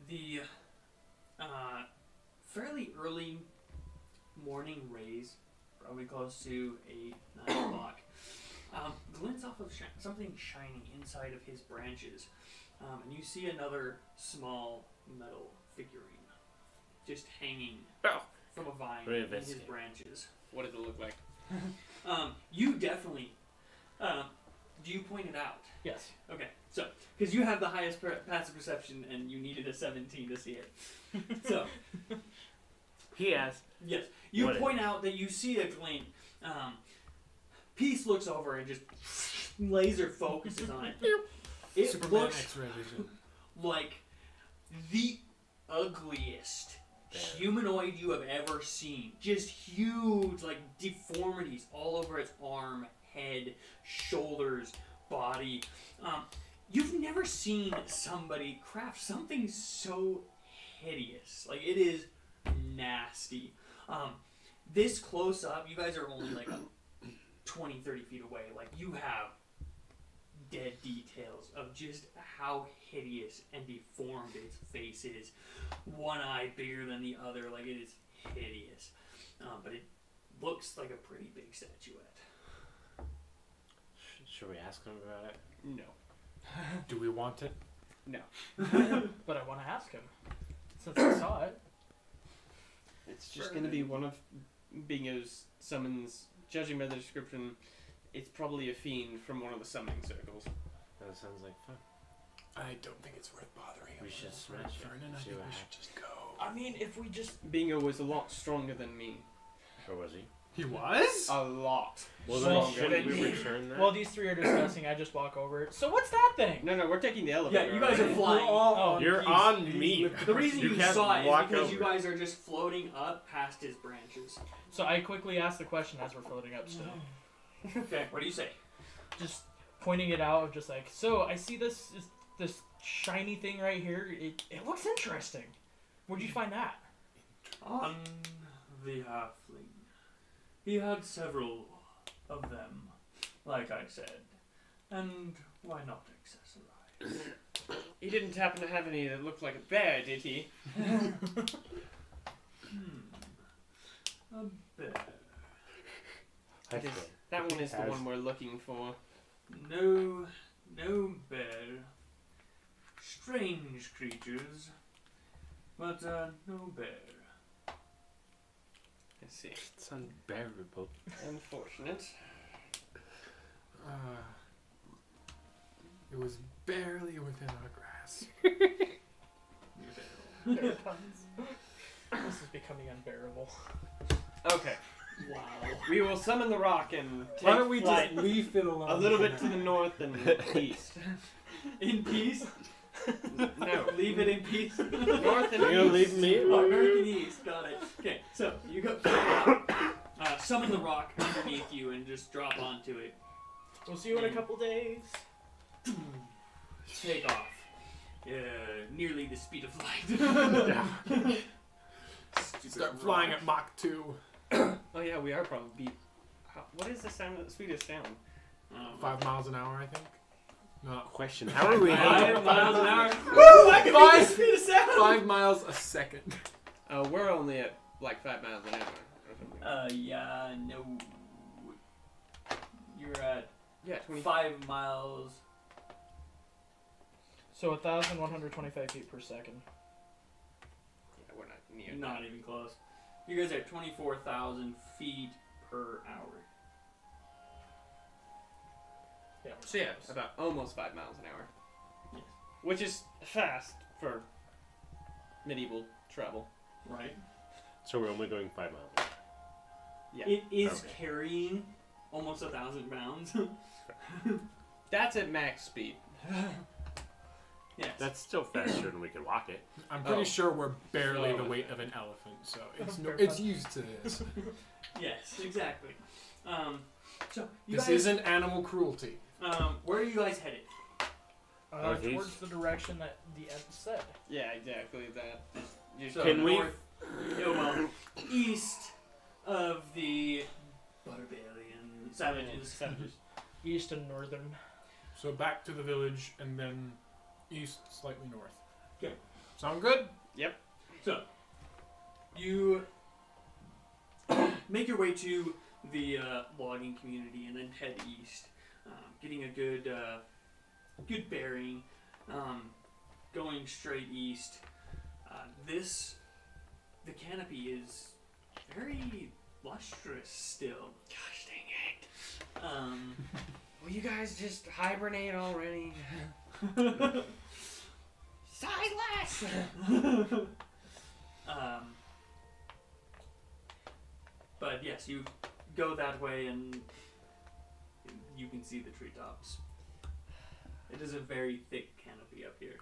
the uh, fairly early morning rays, probably close to 8, 9 o'clock, um, glints off of shi- something shiny inside of his branches. Um, and you see another small metal figurine just hanging Oh. from a vine Let me in his investigate. branches. What does it look like? Um, you definitely. Um, do you point it out? Yes. Okay, so because you have the highest per- passive perception and you needed a 17 to see it, so he asked. yes, you What is- point out that you see a glint. Um, Peace looks over and just laser focuses on it. It Superman looks X-ray vision. like the ugliest Bear. humanoid you have ever seen. Just huge, like deformities all over its arm, head, shoulders, body. Um, you've never seen somebody craft something so hideous. Like it is nasty. Um, this close up, you guys are only like 20, 30 feet away. Like you have dead details of just how hideous and deformed its face is. One eye bigger than the other, like it is hideous. Um, but it looks like a pretty big statuette. Sh- Should we ask him about it? No. Do we want it? But I want to ask him since I saw it. It's just going to be one of Bingo's summons. Judging by the description, it's probably a fiend from one of the summoning circles. That sounds like fun. I don't think it's worth bothering him. We with should this, smash it, Vernon. I see think what we should happens. just go. I mean, if we just. Bingo was a lot stronger than me. Or was he? He was? A lot. Well, Well, then shouldn't shouldn't we he? return that? While these three are discussing, I just walk over. So what's that thing? No, no, we're taking the elevator. Yeah, you guys are alright? flying. Oh, You're on me. The reason you, You can't saw it is walk because you over. guys are just floating up past his branches. So I quickly ask the question as we're floating up still. Okay, what do you say? just pointing it out of just like so i see this this- this shiny thing right here it, it looks interesting where'd you find that On the halfling. He had several of them, like I said. And why not accessorize? He didn't happen to have any that looked like a bear, did he? Hmm. A bear. That is- that one is the one we're looking for. No, no bear. Strange creatures, but uh, no bear. I see. It's unbearable. Unfortunate. Uh, it was barely within our grasp. this is becoming unbearable Okay, Wow. we will summon the rock and take Why don't we flight just leave it alone? a little for bit to now? the north and east. In peace? No, Leave it in peace? north and You're gonna east. leave me? Oh, American East, got it. Okay, so you go uh, summon the rock underneath you and just drop onto it. we'll see you in a couple days Take off. Uh, nearly the speed of light. Stupid Start flying rock. at Mach 2. Oh yeah, we are probably beat. How- What is the sound? The sweetest sound? Um, Five miles an hour, I think. No. Question. How are we? Five miles an hour. I can five, five miles a second. Uh, we're only at like five miles an hour. or something. Uh, yeah, no. You're at yeah, twenty. five miles. so 1125 feet per second Yeah, we're not near. Not even close. You guys are 24,000 feet per hour. Yeah. So yeah, about almost five miles an hour. Yes. Which is fast for medieval travel. Right? So we're only going five miles. Yeah. It is Okay. carrying almost a thousand pounds. That's at max speed. yes. That's still faster than we could walk it. I'm pretty Oh. sure we're barely the Slow. weight of an elephant, so it's no, Fair it's enough. used to this. yes, exactly. Um, so, you This guys, isn't animal cruelty. um, where are you guys headed? Oh, Uh, Okay. towards the direction that the end said. Yeah, exactly that. You So Can we- north, oh, well, east of the barbarian savages. Savages. East and northern. So back to the village and then east, slightly north. 'Kay. Sound good? You make your way to the uh, logging community and then head east, um, getting a good uh, good bearing, um, going straight east. Uh, this the canopy is very lustrous still. Gosh dang Um, it! Will you guys just hibernate already? Silas! um, but yes, you go that way and you can see the treetops. It is a very thick canopy up here.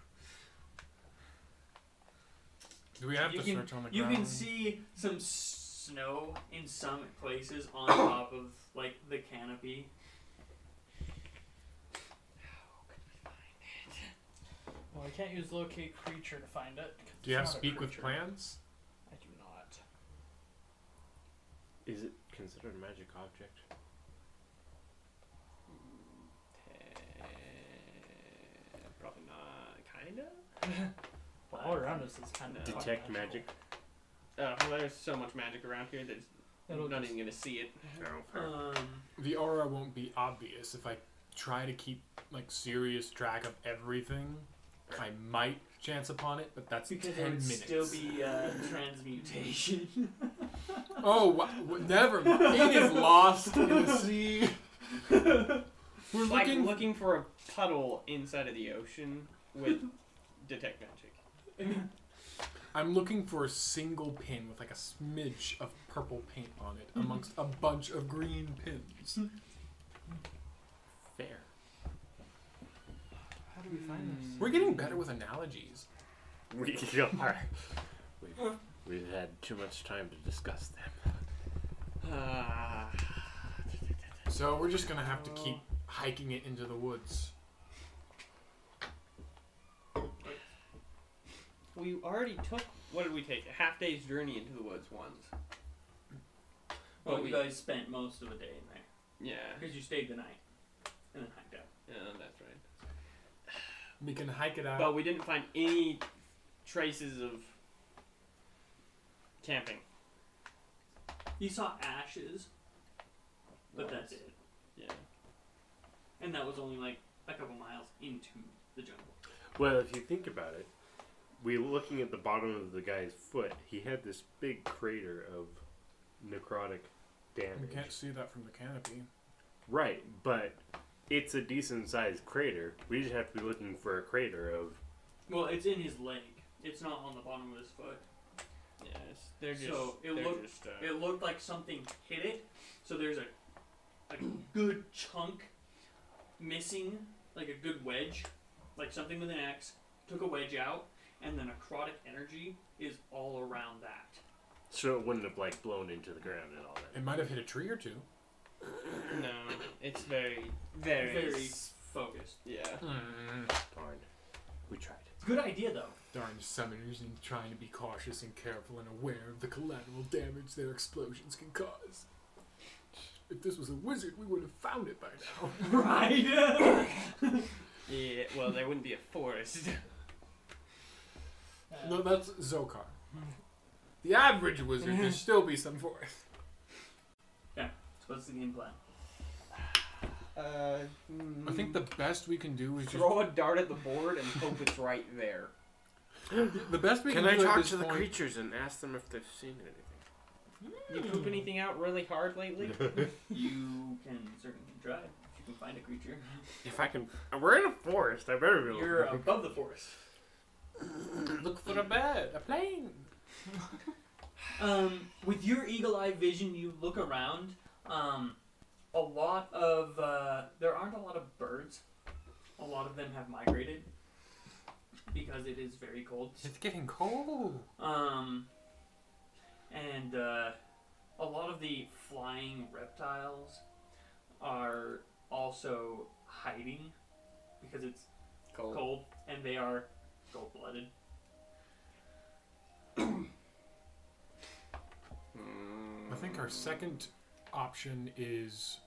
Do we have You to can- search on the You ground? can see some snow in some places on top of like the canopy. Well, I can't use locate creature to find it. 'cause Do you have it's not a speak with creature. plants? I do not. Is it considered a magic object? Probably not. Kinda? Well, all around us is kind of Detect magic? Uh, well, there's so much magic around here that It'll I'm not just- even gonna see it. No. Oh, Um, The aura won't be obvious if I try to keep like serious track of everything. I might chance upon it, but that's because it ten would minutes. still be uh, transmutation. Oh, wha- wha- never. mind. It is lost in the sea. We're like looking. looking for a puddle inside of the ocean with detect magic. I'm looking for a single pin with like a smidge of purple paint on it, amongst a bunch of green pins. Fair. How do we find this? We're getting better with analogies. We are. We've, we've had too much time to discuss them. Ah. So we're just gonna have to keep hiking it into the woods. we already took. What did we take? A half day's journey into the woods once. well, But you we- guys spent most of the day in there. Yeah. Because you stayed the night and then hiked out. Yeah, that's right. We can hike it out. But we didn't find any traces of camping. You saw ashes, but that's it. Yeah. And that was only like a couple miles into the jungle. Well, if you think about it, we looking at the bottom of the guy's foot. He had this big crater of necrotic You damage. can't see that from the canopy. Right, but it's a decent sized crater. We just have to be looking for a crater of. Well, it's in his leg. It's not on the bottom of his foot. Yes. They're just. So, it they're looked- just, uh, It looked like something hit it, so there's a a good chunk missing, like a good wedge, like something with an axe took a wedge out, and the necrotic energy is all around that. So it wouldn't have like blown into the ground and all that. It might have hit a tree or two. no. It's very, very, Very s- focused. yeah. Darn. We tried. Good idea though. Darn summoners and trying to be cautious and careful and aware of the collateral damage their explosions can cause. If this was a wizard, we would have found it by now. Right. Yeah. Well, there wouldn't be a forest. Uh, No, that's Zokar. The average wizard, there'd still be some forest. So what's the game plan? Uh, I think the best we can do is just throw a dart at the board and hope it's right there. The best we can, Can I do at talk this to the point- creatures and ask them if they've seen anything? You poop anything out really hard lately? You can certainly try if you can find a creature. If I can, we're in a forest. I better be. able to- You're above the forest. Look for a bird. a plane. Um, with your eagle eye vision, you look around. Um, a lot of uh, there aren't a lot of birds. A lot of them have migrated because it is very cold. It's getting cold. Um, and uh, a lot of the flying reptiles are also hiding because it's Cold. cold and they are cold blooded. Hmm. I think our second option is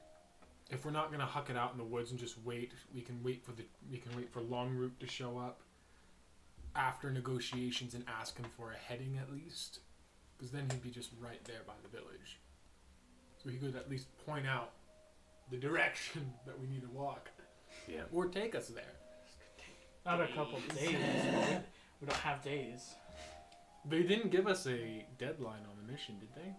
if we're not gonna huck it out in the woods and just wait, we can wait for the we can wait for long route to show up after negotiations and ask him for a heading at least, because then he'd be just right there by the village. So he could at least point out the direction that we need to walk, Yeah. or take us there. Not a couple of days. man. We don't have days. They didn't give us a deadline on the mission, did they?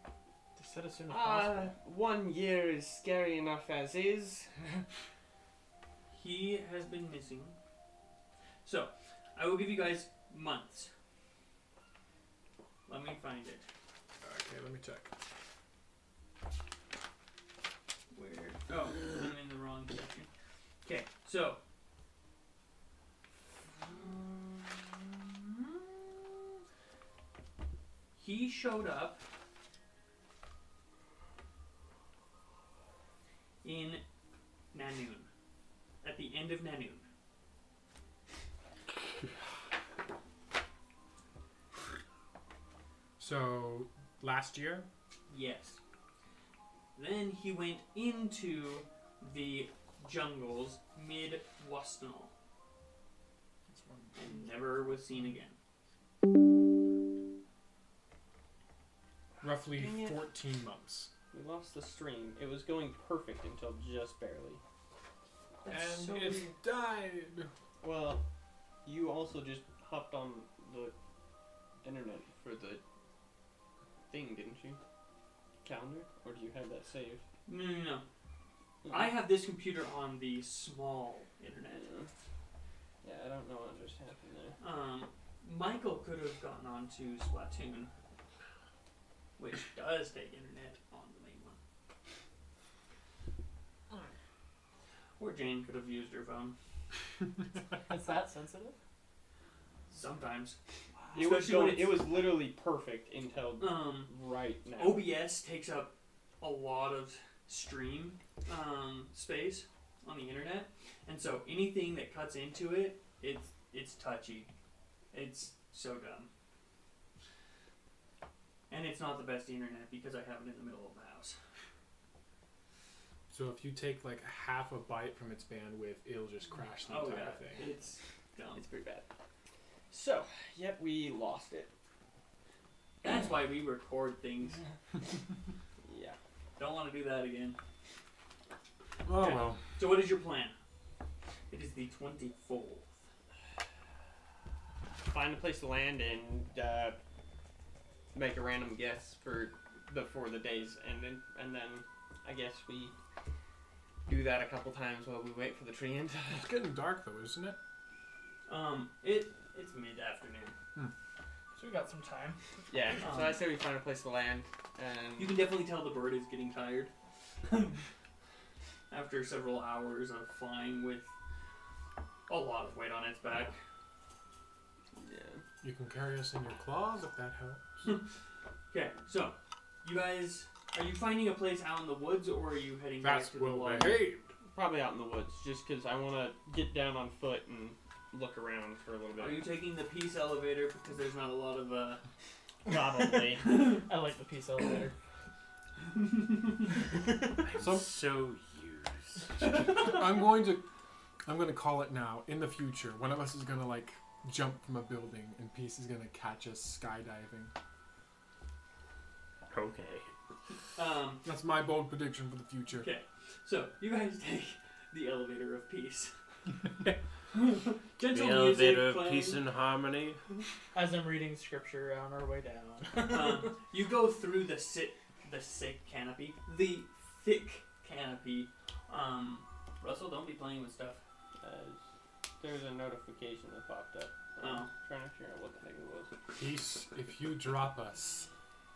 They said as soon as Uh, possible. one year is scary enough as is. He has been missing. So, I will give you guys months. Let me find it. Okay, let me check. Where? Oh, I'm in the wrong section. Okay, so. He showed up in Nanoon. At the end of Nanoon. So last year, Yes. Then he went into the jungles mid Wastanal and never was seen again. roughly Dang it. 14 months. We lost the stream. It was going perfect until just barely. That's so it's weird. died. Well, you also just hopped on the internet for the thing, didn't you? Calendar? Or do you have that saved? No, no, no. I have this computer on the small internet. Yeah, I don't know what just happened there. Um, Michael could have gotten onto Splatoon, which does take internet on the main one. Or Jane could have used her phone. Uh, Is that sensitive? Sometimes. It was, Especially when going, it was literally perfect until Um, right now. OBS takes up a lot of stream um, space on the internet, and so anything that cuts into it, it's it's touchy. It's so dumb, and it's not the best internet because I have it in the middle of the house. So if you take like half a byte from its bandwidth, it'll just crash the Oh entire yeah, thing. it's dumb. It's pretty bad. So, yep, we lost it. That's why we record things. Yeah. Don't want to do that again. Oh Okay. well. So what is your plan? It is the twenty fourth. Find a place to land and uh, make a random guess for the for the days, and then and then I guess we do that a couple times while we wait for the tree end. It's getting dark though, isn't it? Um, it it's mid afternoon. So we got some time. yeah. So I say we find a place to land, and You can definitely tell the bird is getting tired after several hours of flying with a lot of weight on its back. yeah. You can carry us in your claws if that helps. Okay, so you guys, are you finding a place out in the woods, or are you heading back That's to the well lodge? behaved. probably out in the woods, just because I want to get down on foot and look around for a little Are bit. you taking the peace elevator because there's not a lot of uh? Probably. I like the peace elevator. Some- so used. I'm going to, I'm going to call it now. In the future, one of us is going to like jump from a building, and Peace is going to catch us skydiving. Okay. Um, That's my bold prediction for the future. Okay. so you guys take the elevator of peace. Gentle the music elevator of playing. peace and harmony. As I'm reading scripture on our way down. um, you go through the sit, the sick canopy, the thick canopy. Um, Russell, don't be playing with stuff. Uh, there's a notification that popped up. I'm trying to figure out what the heck it was. Peace, if you drop us,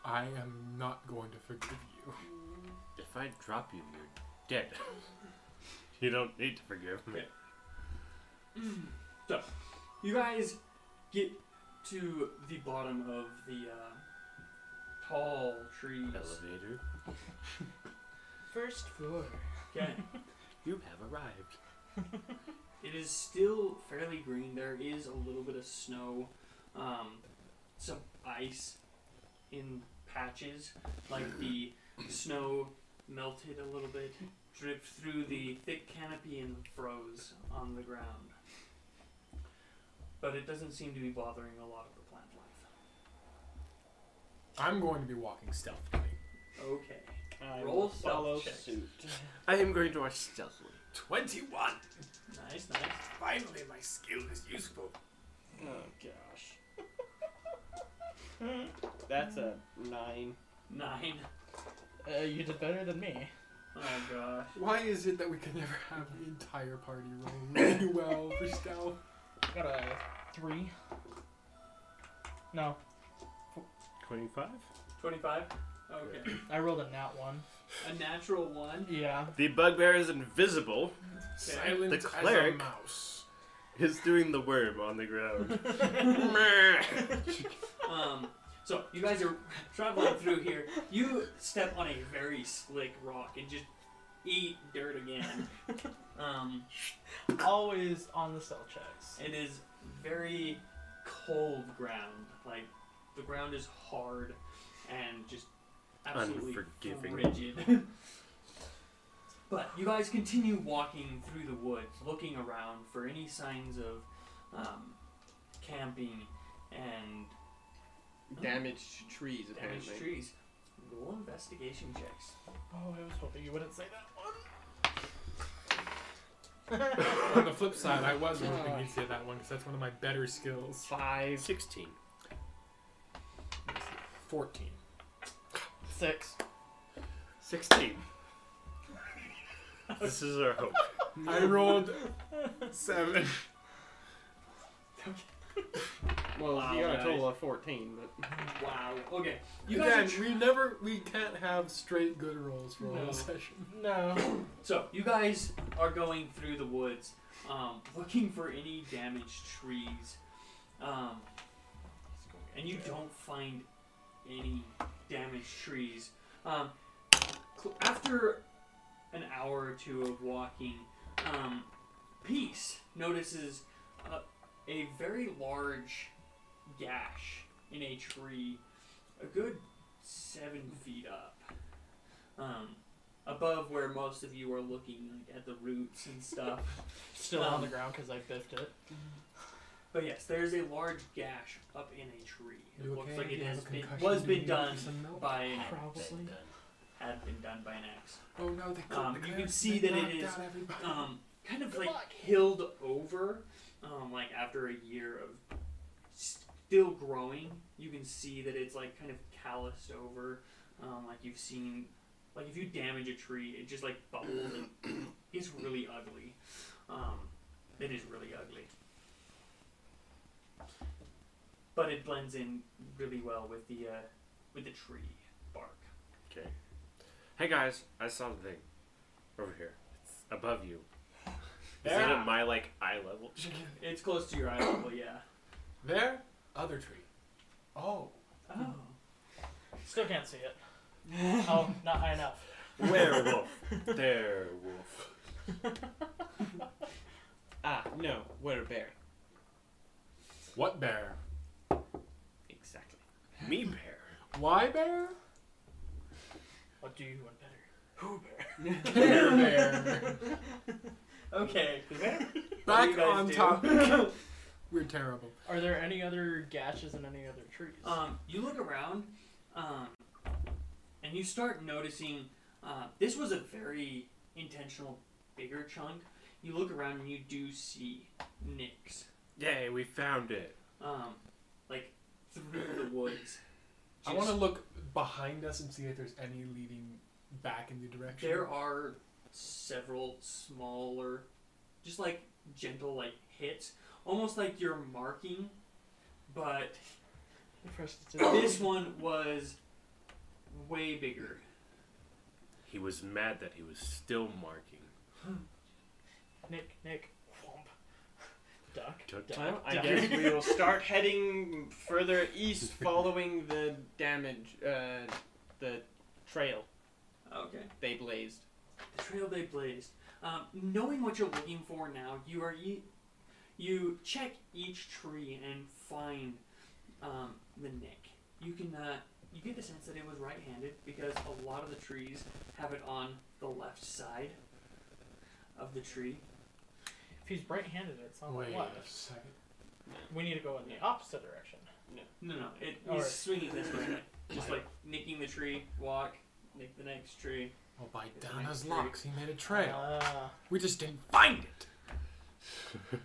I am not going to forgive you. If I drop you, you're dead. you don't need to forgive me. So, you guys get to the bottom of the uh, tall trees. Elevator, First floor. Okay. you have arrived. It is still fairly green. There is a little bit of snow, um, some ice in patches. Like the snow melted a little bit, dripped through the thick canopy and froze on the ground. But it doesn't seem to be bothering a lot of the plant life. I'm going to be walking stealthily. Okay. I Roll will stealth follow check. suit. I am going to watch stealthily. 21! Nice, nice. Finally, my skill is useful. Oh gosh. That's a nine. Nine. Uh, you did better than me. Oh gosh. Why is it that we can never have the entire party roll really well for stealth? Got a three. No, 25? Twenty-five. Okay. I rolled a nat one. A natural one. Yeah. The bugbear is invisible, Silent The as cleric. a mouse. is doing the worm on the ground. Um, so you guys are traveling through here. You step on a very slick rock and just eat dirt again. Um, Always on the cell checks. it is very cold ground. Like the ground is hard and just absolutely Unforgiving. rigid. but you guys continue walking through the woods, looking around for any signs of um, camping and Damaged trees, apparently. damaged trees. Roll investigation checks. Oh, I was hoping you wouldn't say that On the flip side, I was Oh hoping you'd say that one because that's one of my better skills. Five. 16. 14. one. Six. 16. This is our hope. I rolled 7. Well, Wow, you got a guys. total of fourteen, but Wow. Okay. You guys. Again, are tr- we never, we can't have straight good rolls for a No. whole session. No. so you guys are going through the woods, um, looking for any damaged trees, um, and you don't find any damaged trees. Um, cl- after an hour or two of walking, um, Peace notices a, a very large gash in a tree, a good seven feet up, um, above where most of you are looking like, at the roots and stuff. Still Um, on the ground because I biffed it. But yes, there is a large gash up in a tree. It You looks okay? like Do it you have has a been concussion? was Do been you done need some milk? by an axe. Probably. Had been done by an axe. Oh no, they cut Um, the you can cleric, see they that it knocked is, out everybody. Um, kind of Good like luck. hilled over, um, like after a year of still growing. You can see that it's like kind of calloused over, um, like you've seen. Like if you damage a tree, it just like bubbles and it's really ugly. Um, it is really ugly. But it blends in really well with the uh, with the tree bark. Okay. Hey guys, I saw the thing over here. It's above you. Is it Yeah. at my like eye level? It's close to your eye level, yeah. There, other tree. Oh. Oh. Still can't see it. Oh, not high enough. Werewolf. there, wolf. ah, no, what a bear. What bear? Exactly. Me bear. Why bear? What do you want better? Who bear? Bear bear. Okay. What do you Back guys on do? topic. We're terrible. Are there any other gashes in any other trees? Um, you look around, um, and you start noticing uh, this was a very intentional bigger chunk. You look around and you do see Nix. Yay, we found it. Um, like through the woods. I want to Just- look behind us and see if there's any leading back in the direction. There are several smaller, just like gentle like hits, almost like you're marking, but this one was way bigger. He was mad that he was still marking. Nick, Nick, whomp. Duck. Took duck, Well, I duck. guess we will start heading further east, following the damage, uh, the trail Okay. they blazed. The trail they blazed. Um, knowing what you're looking for now, you are e- you check each tree and find um, the nick. You can uh, you get the sense that it was right-handed because a lot of the trees have it on the left side of the tree. If he's right-handed, it's on Oh, Wait the a left. second. We need to go in the opposite direction. No, no, it, he's Alright. swinging this way, just like nicking the tree, walk, nick the next tree. Well, by It's a nice Dana's tree. locks, he made a trail. Ah. we just didn't find it.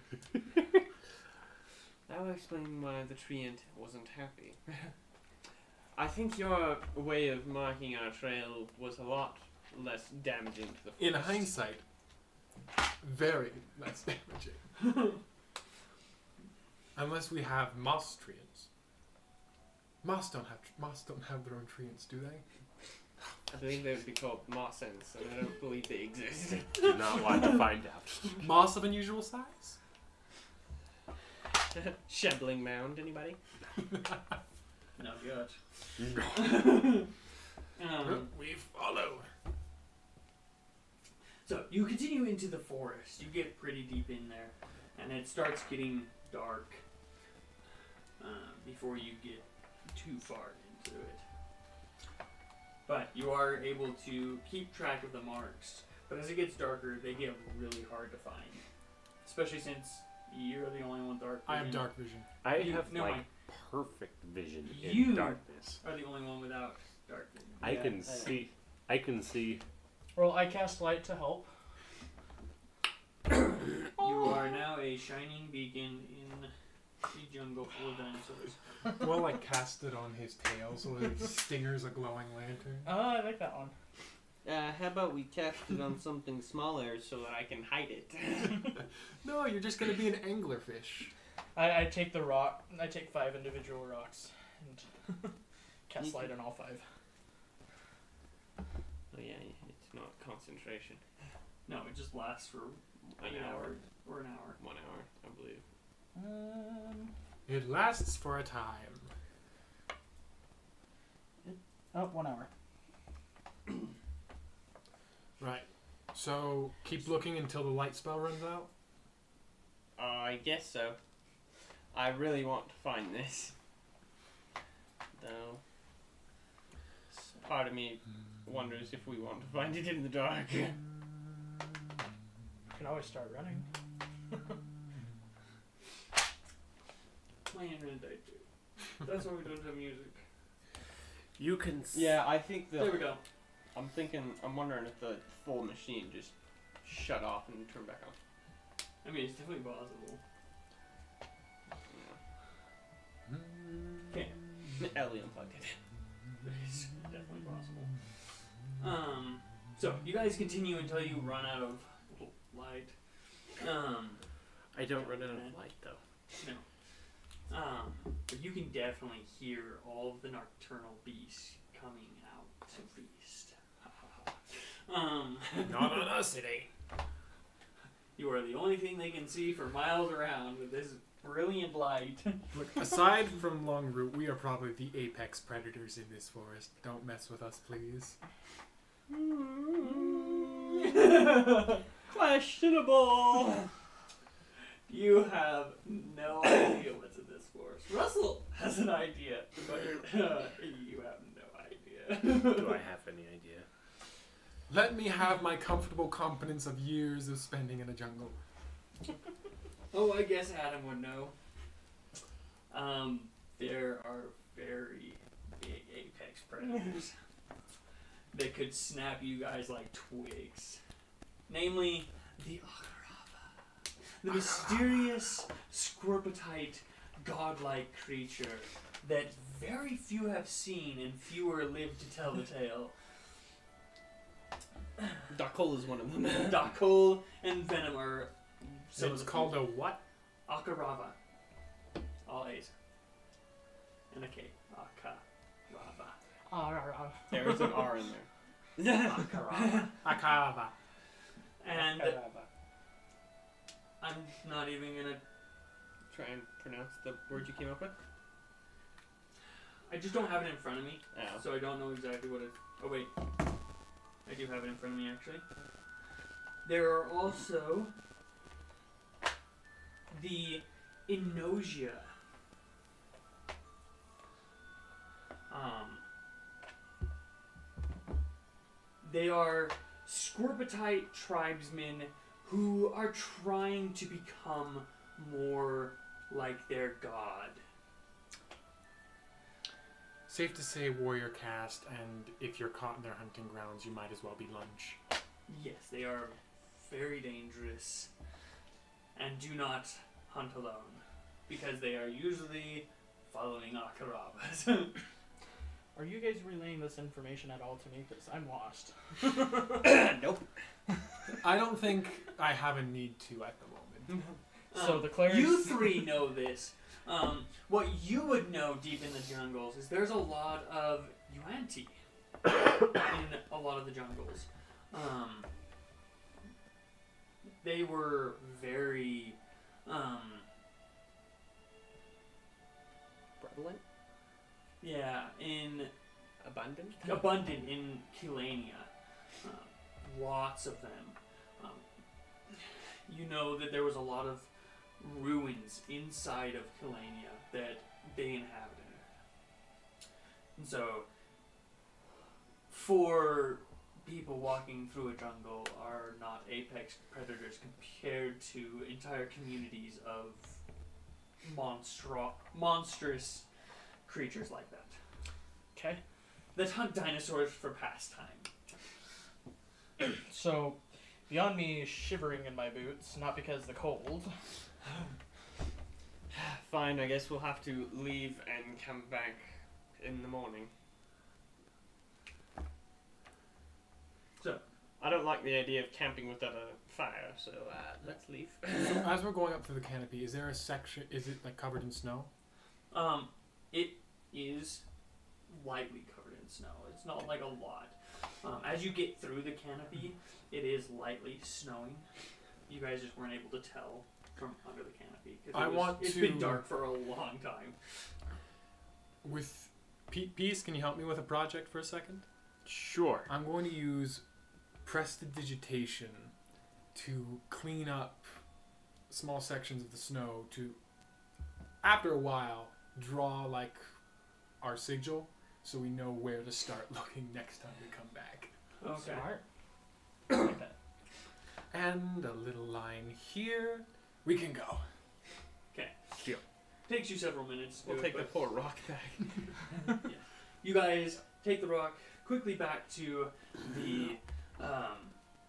That will explain why the tree ant wasn't happy. I think your way of marking our trail was a lot less damaging to the forest. In hindsight, very less damaging. Unless we have moss treants. Moss don't have moss don't have their own treants, do they? I believe they would be called moss ants, and I don't believe they exist. Did not want to find out. Moss of unusual size. Shambling mound, anybody? No good. Huh, um, we follow. So you continue into the forest. You get pretty deep in there, and it starts getting dark uh, before you get too far into it. But you are able to keep track of the marks. But as it gets darker, they get really hard to find, especially since you're the only one with dark. I have vision. dark vision. I You- have no, like I- perfect vision in You- darkness. Are the only one without dark vision. I Yeah, can I- see. I can see. Well, I cast light to help. You Oh. are now a shining beacon in the jungle full of dinosaurs. well, I cast it on his tail so it stingers a glowing lantern. Oh, I like that one. Uh, how about we cast it on something smaller so that I can hide it? No, you're just gonna be an anglerfish. I, I take the rock. I take five individual rocks and You cast light on all five. oh yeah, it's not concentration. No, it just lasts for An hour. or an hour. One hour, I believe. Um, It lasts for a time. oh, one hour. Right. So keep looking until the light spell runs out. I guess so. I really want to find this. Though, s- part of me wonders if we want to find it in the dark. You can always start running. My internet died too. That's why we don't have music. You can. yeah, I think There we the. go. I'm thinking. I'm wondering if the full machine just shut off and turned back on. I mean, it's definitely possible. Okay. Ellie unplugged it. It's definitely possible. Um, so you guys continue until you run out of light. Um, I don't run out of light though. um, but you can definitely hear all of the nocturnal beasts coming out to feast. um, Not on us, it ain't. you are the only thing they can see for miles around with this brilliant light. Look, aside from Long Root, we are probably the apex predators in this forest. Don't mess with us, please. Questionable. You have no idea what's in this forest. Russell has an idea, but uh, you have no idea. Do I have any idea? Let me have my comfortable competence of years of spending in a jungle. oh, I guess Adam would know. Um, there are very big apex predators that could snap you guys like twigs. Namely, the Akaraba, the mysterious scorpitite godlike creature that very few have seen and fewer live to tell the tale. Dakol is one of them. Dakol and Venom are So some of it's the called a what? Akarava. All A's. And a K. Akarava. Mm-hmm. Arr, there is an R in there. Akarava. Akava. And arr. I'm not even gonna. Try and pronounce the word you came up with. I just don't have it in front of me, Oh. so I don't know exactly what it. Oh wait, I do have it in front of me actually. There are also the Inosia. Um, they are Scorpitite tribesmen who are trying to become more like their god. Safe to say, warrior caste, and if you're caught in their hunting grounds, you might as well be lunch. Yes, they are very dangerous and do not hunt alone because they are usually following Akarabas. Are you guys relaying this information at all to me? Because I'm lost. nope. I don't think I have a need to at the moment. So the clerics- Um, You three know this. Um, what you would know deep in the jungles is there's a lot of Yuanti in a lot of the jungles. Um, they were very. Um, Prevalent? yeah, in Abundant? abundant in Kelania. Um, lots of them. Um, you know that there was a lot of ruins inside of Kelania that they inhabited. And so, for people walking through a jungle are not apex predators compared to entire communities of monstro- monstrous creatures like that Okay. that hunt dinosaurs for pastime. So, beyond me shivering in my boots, not because of the cold. Fine, I guess we'll have to leave and come back in the morning. So. I don't like the idea of camping without a fire, so uh, let's leave. so as we're going up through the canopy, is there a section? Is it like covered in snow? Um, it is lightly covered in snow. It's not like a lot. Um, as you get through the canopy, it is lightly snowing. You guys just weren't able to tell from under the canopy. 'cause it I was- want It's to- been dark for a long time. With Pete, Peace, can you help me with a project for a second? Sure. I'm going to use prestidigitation to clean up small sections of the snow to, after a while, draw like our sigil so we know where to start looking next time we come back. Okay. Smart. like that. And a little line here. We can go. Takes you several minutes. to We'll do take it, the but poor rock back. You guys take the rock quickly back to the um,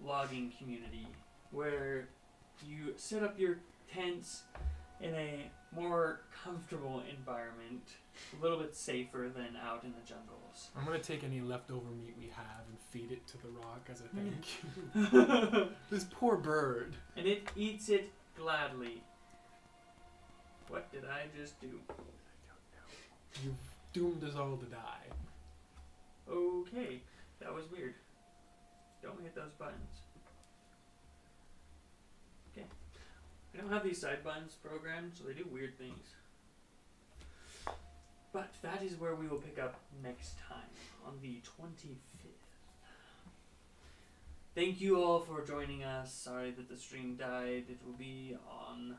logging community where you set up your tents in a more comfortable environment, a little bit safer than out in the jungles. I'm gonna take any leftover meat we have and feed it to the rock as a thank you. this poor bird. and it eats it gladly. What did I just do? You've doomed us all to die. Okay, that was weird. Don't hit those buttons. Okay. I don't have these side buttons programmed, so they do weird things. But that is where we will pick up next time on the 25th. Thank you all for joining us. Sorry that the stream died. It will be on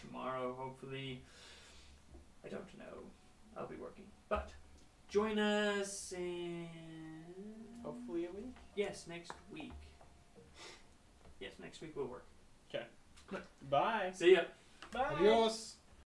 tomorrow, hopefully. I don't know. I'll be working. But join us in. Hopefully a week. Yes, next week. Yes, next week will work. Bye. See ya. Bye. Adios.